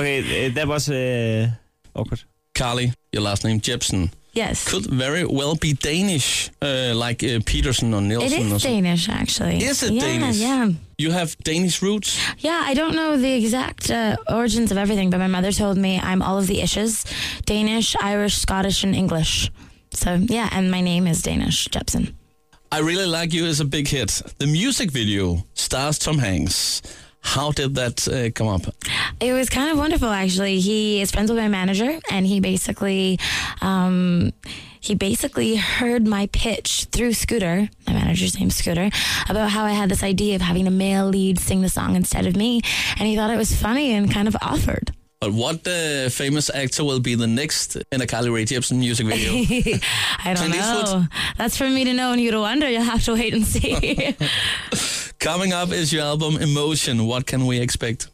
Speaker 4: Okay, uh, that was uh, awkward.
Speaker 3: Carly, your last name Jepsen.
Speaker 16: Yes.
Speaker 3: Could very well be Danish, uh, like uh, Peterson or
Speaker 16: It
Speaker 3: Nielsen or
Speaker 16: is
Speaker 3: something.
Speaker 16: Danish, actually.
Speaker 3: Is it
Speaker 16: yeah,
Speaker 3: Danish?
Speaker 16: Yeah,
Speaker 3: You have Danish roots?
Speaker 16: yeah. I don't know the exact uh, origins of everything, but my mother told me I'm all of the ishes: Danish, Irish, Scottish, and English. So yeah, and my name is Danish Jepsen.
Speaker 3: I Really Like You is a big hit. The music video stars Tom Hanks. How did that uh, come up?
Speaker 16: It was kind of wonderful, actually. He is friends with my manager, and he basically, um, he basically heard my pitch through Scooter, my manager's name Scooter, about how I had this idea of having a male lead sing the song instead of me, and he thought it was funny and kind of offered.
Speaker 3: But what uh, famous actor will be the next in a Carly Rae Jepsen music video?
Speaker 16: I don't
Speaker 3: Clint Eastwood?
Speaker 16: know. That's for me to know and you to wonder. You'll have to wait and see.
Speaker 3: Coming up is your album Emotion. What can we expect?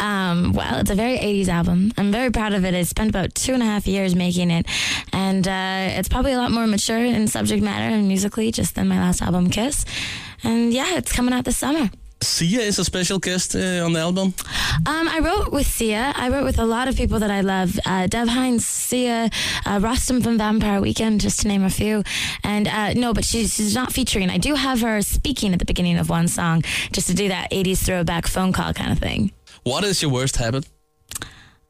Speaker 16: Um, well, it's a very 80s album. I'm very proud of it. I spent about two and a half years making it, and uh, it's probably a lot more mature in subject matter and musically just than my last album, Kiss. And yeah, it's coming out this summer.
Speaker 3: Sia is a special guest uh, on the album.
Speaker 16: Um, I wrote with Sia. I wrote with a lot of people that I love. Uh, Dev Hines, Sia, uh, Rostam from Vampire Weekend, just to name a few. And uh, no, but she's, she's not featuring. I do have her speaking at the beginning of one song, just to do that 80s throwback phone call kind of thing.
Speaker 3: What is your worst habit?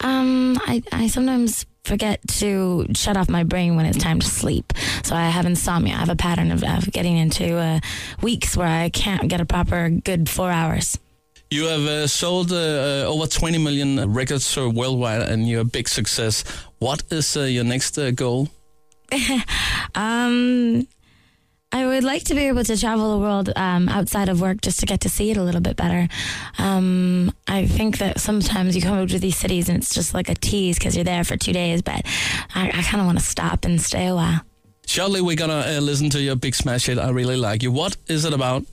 Speaker 16: Um, I, I sometimes forget to shut off my brain when it's time to sleep. So I have insomnia. I have a pattern of, of getting into uh, weeks where I can't get a proper good four hours.
Speaker 3: You have uh, sold uh, uh, over 20 million records uh, worldwide, and you're a big success. What is uh, your next uh, goal?
Speaker 16: um, I would like to be able to travel the world um, outside of work just to get to see it a little bit better. Um, I think that sometimes you come over to these cities and it's just like a tease because you're there for two days, but I, I kind of want to stop and stay a while.
Speaker 3: Shortly, we're gonna uh, listen to your big smash hit. I really like you. What is it about?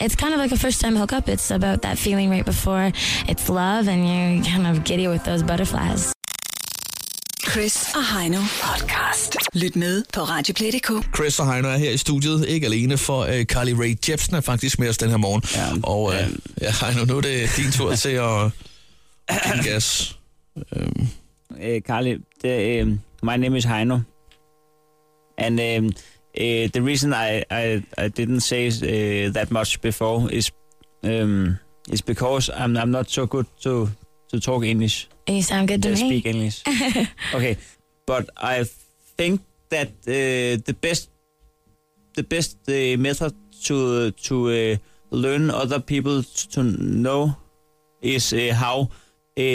Speaker 16: It's kind of like a first time hookup. It's about that feeling right before it's love and you're kind of giddy with those butterflies.
Speaker 2: Chris og Heino podcast. Lyt med på Radioplay.dk.
Speaker 3: Chris og Heino er her i studiet, ikke alene, for øh, Carly Rae Jepsen er faktisk med os den her morgen. Ja, og øh, ja, Heino, nu er det din tur til at at give gas. Øhm,
Speaker 4: uh, Carly, the, um, my name is Heino, and um, uh, the reason I I, I didn't say uh, that much before is um, is because I'm I'm not so good to to talk English.
Speaker 16: You sound good to
Speaker 4: uh,
Speaker 16: me.
Speaker 4: speak English. okay, but I think that uh, the best the best uh, method to to uh, learn other people to know is uh, how uh,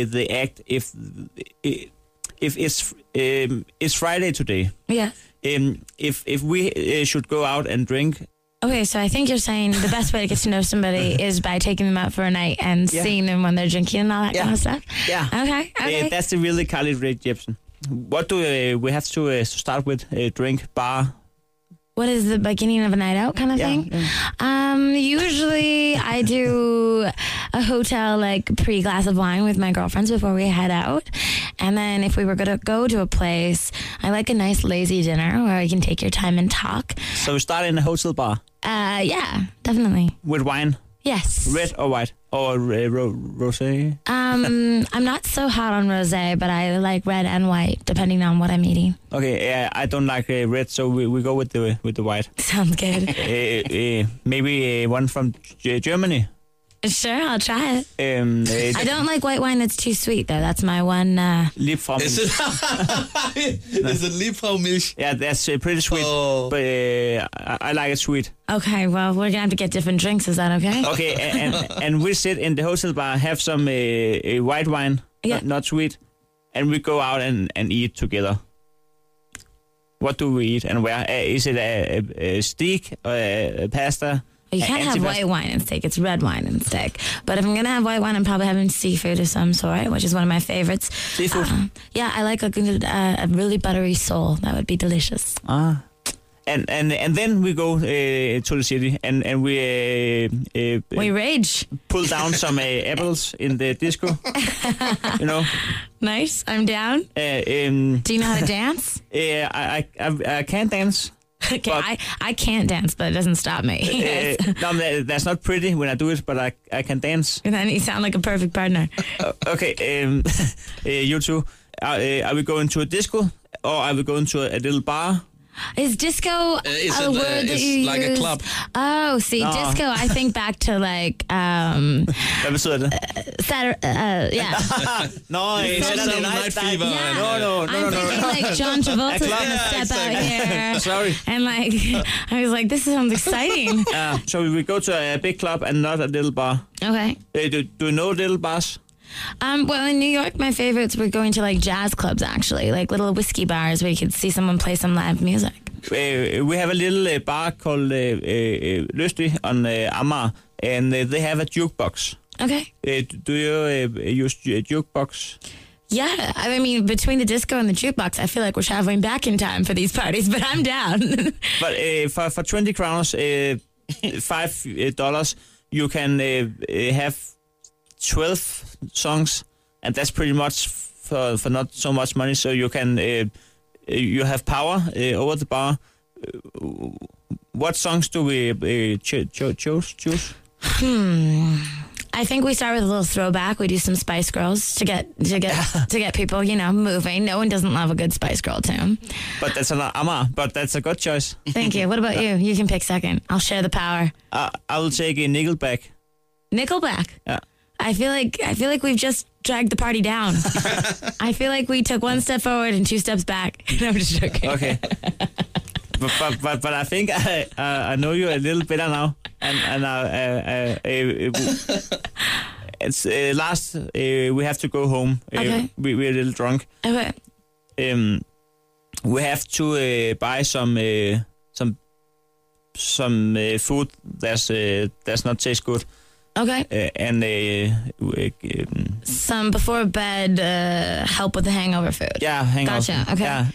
Speaker 4: they act if uh, if it's um, it's Friday today.
Speaker 16: Yeah.
Speaker 4: Um, if if we uh, should go out and drink,
Speaker 16: Okay, so I think you're saying the best way to get to know somebody is by taking them out for a night and
Speaker 4: Yeah.
Speaker 16: seeing them when they're drinking and all that kind of stuff.
Speaker 4: Yeah.
Speaker 16: Okay.
Speaker 4: uh,
Speaker 16: Okay.
Speaker 4: that's the really Carly Rae Jepsen. What do uh, we have to uh, start with? Uh, drink, bar,
Speaker 16: what is the beginning of a night out kind of thing? Um, usually I do a hotel like pre glass of wine with my girlfriends before we head out. And then if we were going to go to a place, I like a nice lazy dinner where you can take your time and talk.
Speaker 4: So we start in a hotel bar
Speaker 16: Uh, yeah, definitely.
Speaker 4: with wine.
Speaker 16: Yes.
Speaker 4: Red or white or uh, ro- rosé.
Speaker 16: Um, I'm not so hot on rosé, but I like red and white depending on what I'm eating.
Speaker 4: Okay, uh, I don't like uh, red, so we, we go with the with the white.
Speaker 16: Sounds good.
Speaker 4: uh, uh, maybe uh, one from G- Germany.
Speaker 16: Sure, I'll try it.
Speaker 4: Um, uh,
Speaker 16: I don't like white wine that's too sweet though. That's my one. Uh,
Speaker 4: Liebfraumilch.
Speaker 3: Is it, is it Liebfraumilch?
Speaker 4: Yeah, that's uh, pretty sweet,
Speaker 3: Oh.
Speaker 4: but uh, I, I like it sweet.
Speaker 16: okay, well we're gonna have to get different drinks. Is that okay?
Speaker 4: Okay, and, and and we sit in the hotel bar, have some uh, uh, white wine,
Speaker 16: Yeah.
Speaker 4: not, not sweet, and we go out and, and eat together. What do we eat and where? Uh, is it a, a, a steak, or a, a pasta?
Speaker 16: You
Speaker 4: a
Speaker 16: can't have
Speaker 4: antipasti-
Speaker 16: white wine and steak. It's red wine and steak. But if I'm gonna have white wine, I'm probably having seafood of some sort, which is one of my favorites.
Speaker 4: Seafood.
Speaker 16: Um, yeah, I like a good, uh, a really buttery sole. That would be delicious.
Speaker 4: Ah. And, and and then we go uh, to the city and and we uh, uh,
Speaker 16: We rage.
Speaker 4: pull down some uh, apples in the disco. you know,
Speaker 16: Nice. I'm down.
Speaker 4: uh, um,
Speaker 16: Do you know how to dance?
Speaker 4: uh, I, I I I can't dance.
Speaker 16: Okay, I, I can't dance, but it doesn't stop me. Yes.
Speaker 4: Uh, no, that- that's not pretty when I do it, but I, I can dance.
Speaker 16: And then you sound like a perfect partner.
Speaker 4: Uh, okay, um, uh, you two, are, uh, are we going to a disco or are we going to a, a little bar?
Speaker 16: Is disco
Speaker 4: Eh, it's
Speaker 16: a
Speaker 4: a-
Speaker 16: word that
Speaker 4: it's
Speaker 16: you
Speaker 4: like a
Speaker 16: use?
Speaker 4: club.
Speaker 16: Oh, see,
Speaker 4: No.
Speaker 16: disco. I think back to like um,
Speaker 4: Hvad betyder det?
Speaker 16: Saturday. Uh, yeah.
Speaker 4: Nå, øh, Saturday Night Fever. No, no, no, no,
Speaker 16: uh, I'm
Speaker 4: no.
Speaker 16: thinking like John Travolta's
Speaker 4: A club.
Speaker 16: gonna step out here.
Speaker 4: Sorry.
Speaker 16: And like, I was like, this sounds exciting.
Speaker 4: Uh, so we go to a big club and not a little bar.
Speaker 16: Okay.
Speaker 4: Uh, do, do you know little bars?
Speaker 16: Um, well, in New York, my favorites were going to like jazz clubs, actually, like little whiskey bars where you could see someone play some live music.
Speaker 4: Uh, we have a little uh, bar called uh, uh, Lysty on uh, Amager, and uh, they have a jukebox.
Speaker 16: Okay.
Speaker 4: Uh, do you uh, use ju- jukebox?
Speaker 16: Yeah, I mean, between the disco and the jukebox, I feel like we're traveling back in time for these parties, but I'm down.
Speaker 4: But uh, for for twenty crowns, uh, five uh, dollars, you can uh, uh, have twelve songs, and that's pretty much for for not so much money. So you can uh, you have power uh, over Øh, the bar. Uh, what songs do we uh, øh, cho- cho- choose? Choose?
Speaker 16: Hmm. I think we start with a little throwback. We do some Spice Girls to get to get to get people, you know, moving. No one doesn't love a good Spice Girl tune.
Speaker 4: But that's an ama. But that's a good choice.
Speaker 16: Thank you. What about you? You can pick second. I'll share the power.
Speaker 4: I, I will take a Nickelback.
Speaker 16: Nickelback.
Speaker 4: Yeah.
Speaker 16: I feel like I feel like we've just dragged the party down. I feel like we took one step forward and two steps back. No, I'm just joking.
Speaker 4: Okay. but, but, but, but I think I, uh, I know you a little better now. And, and uh, uh, uh, uh, uh, it's uh, last, uh, we have to go home. Uh,
Speaker 16: Okay.
Speaker 4: we, we're a little drunk.
Speaker 16: Okay.
Speaker 4: Um, we have to uh, buy some uh, some some uh, food that's uh, that's not taste good.
Speaker 16: Okay.
Speaker 4: Uh, and uh, we, um,
Speaker 16: Some before bed uh, help with the hangover food.
Speaker 4: yeah, hang on.
Speaker 16: Gotcha. Okay.
Speaker 4: Yeah.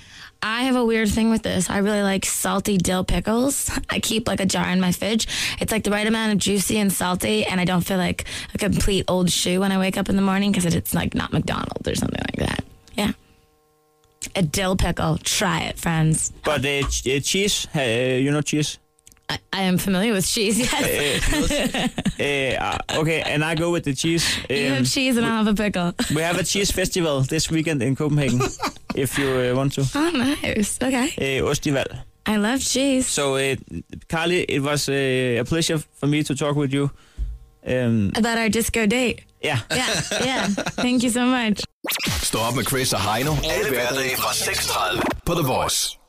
Speaker 16: I have a weird thing with this. I really like salty dill pickles. I keep like a jar in my fridge. It's like the right amount of juicy and salty, and I don't feel like a complete old shoe when I wake up in the morning because it's like not McDonald's or something like that. Yeah. A dill pickle. Try it, friends.
Speaker 4: But uh, ch- uh, cheese, uh, you know cheese.
Speaker 16: I, I am familiar with cheese, yes.
Speaker 4: Uh, uh, okay, and I go with the cheese.
Speaker 16: you
Speaker 4: Um,
Speaker 16: have cheese and I'll have a pickle.
Speaker 4: We have a cheese festival this weekend in Copenhagen, if you uh, want to.
Speaker 16: Oh, nice. Okay.
Speaker 4: Uh, Ostival.
Speaker 16: I love cheese.
Speaker 4: So, uh, Carly, it was uh, a pleasure for me to talk with you. Um,
Speaker 16: About our disco date.
Speaker 4: yeah.
Speaker 16: Yeah, yeah. Thank you so much.
Speaker 5: Stå op med Chris og Heino. Alle hverdage fra 6.30 på The Voice.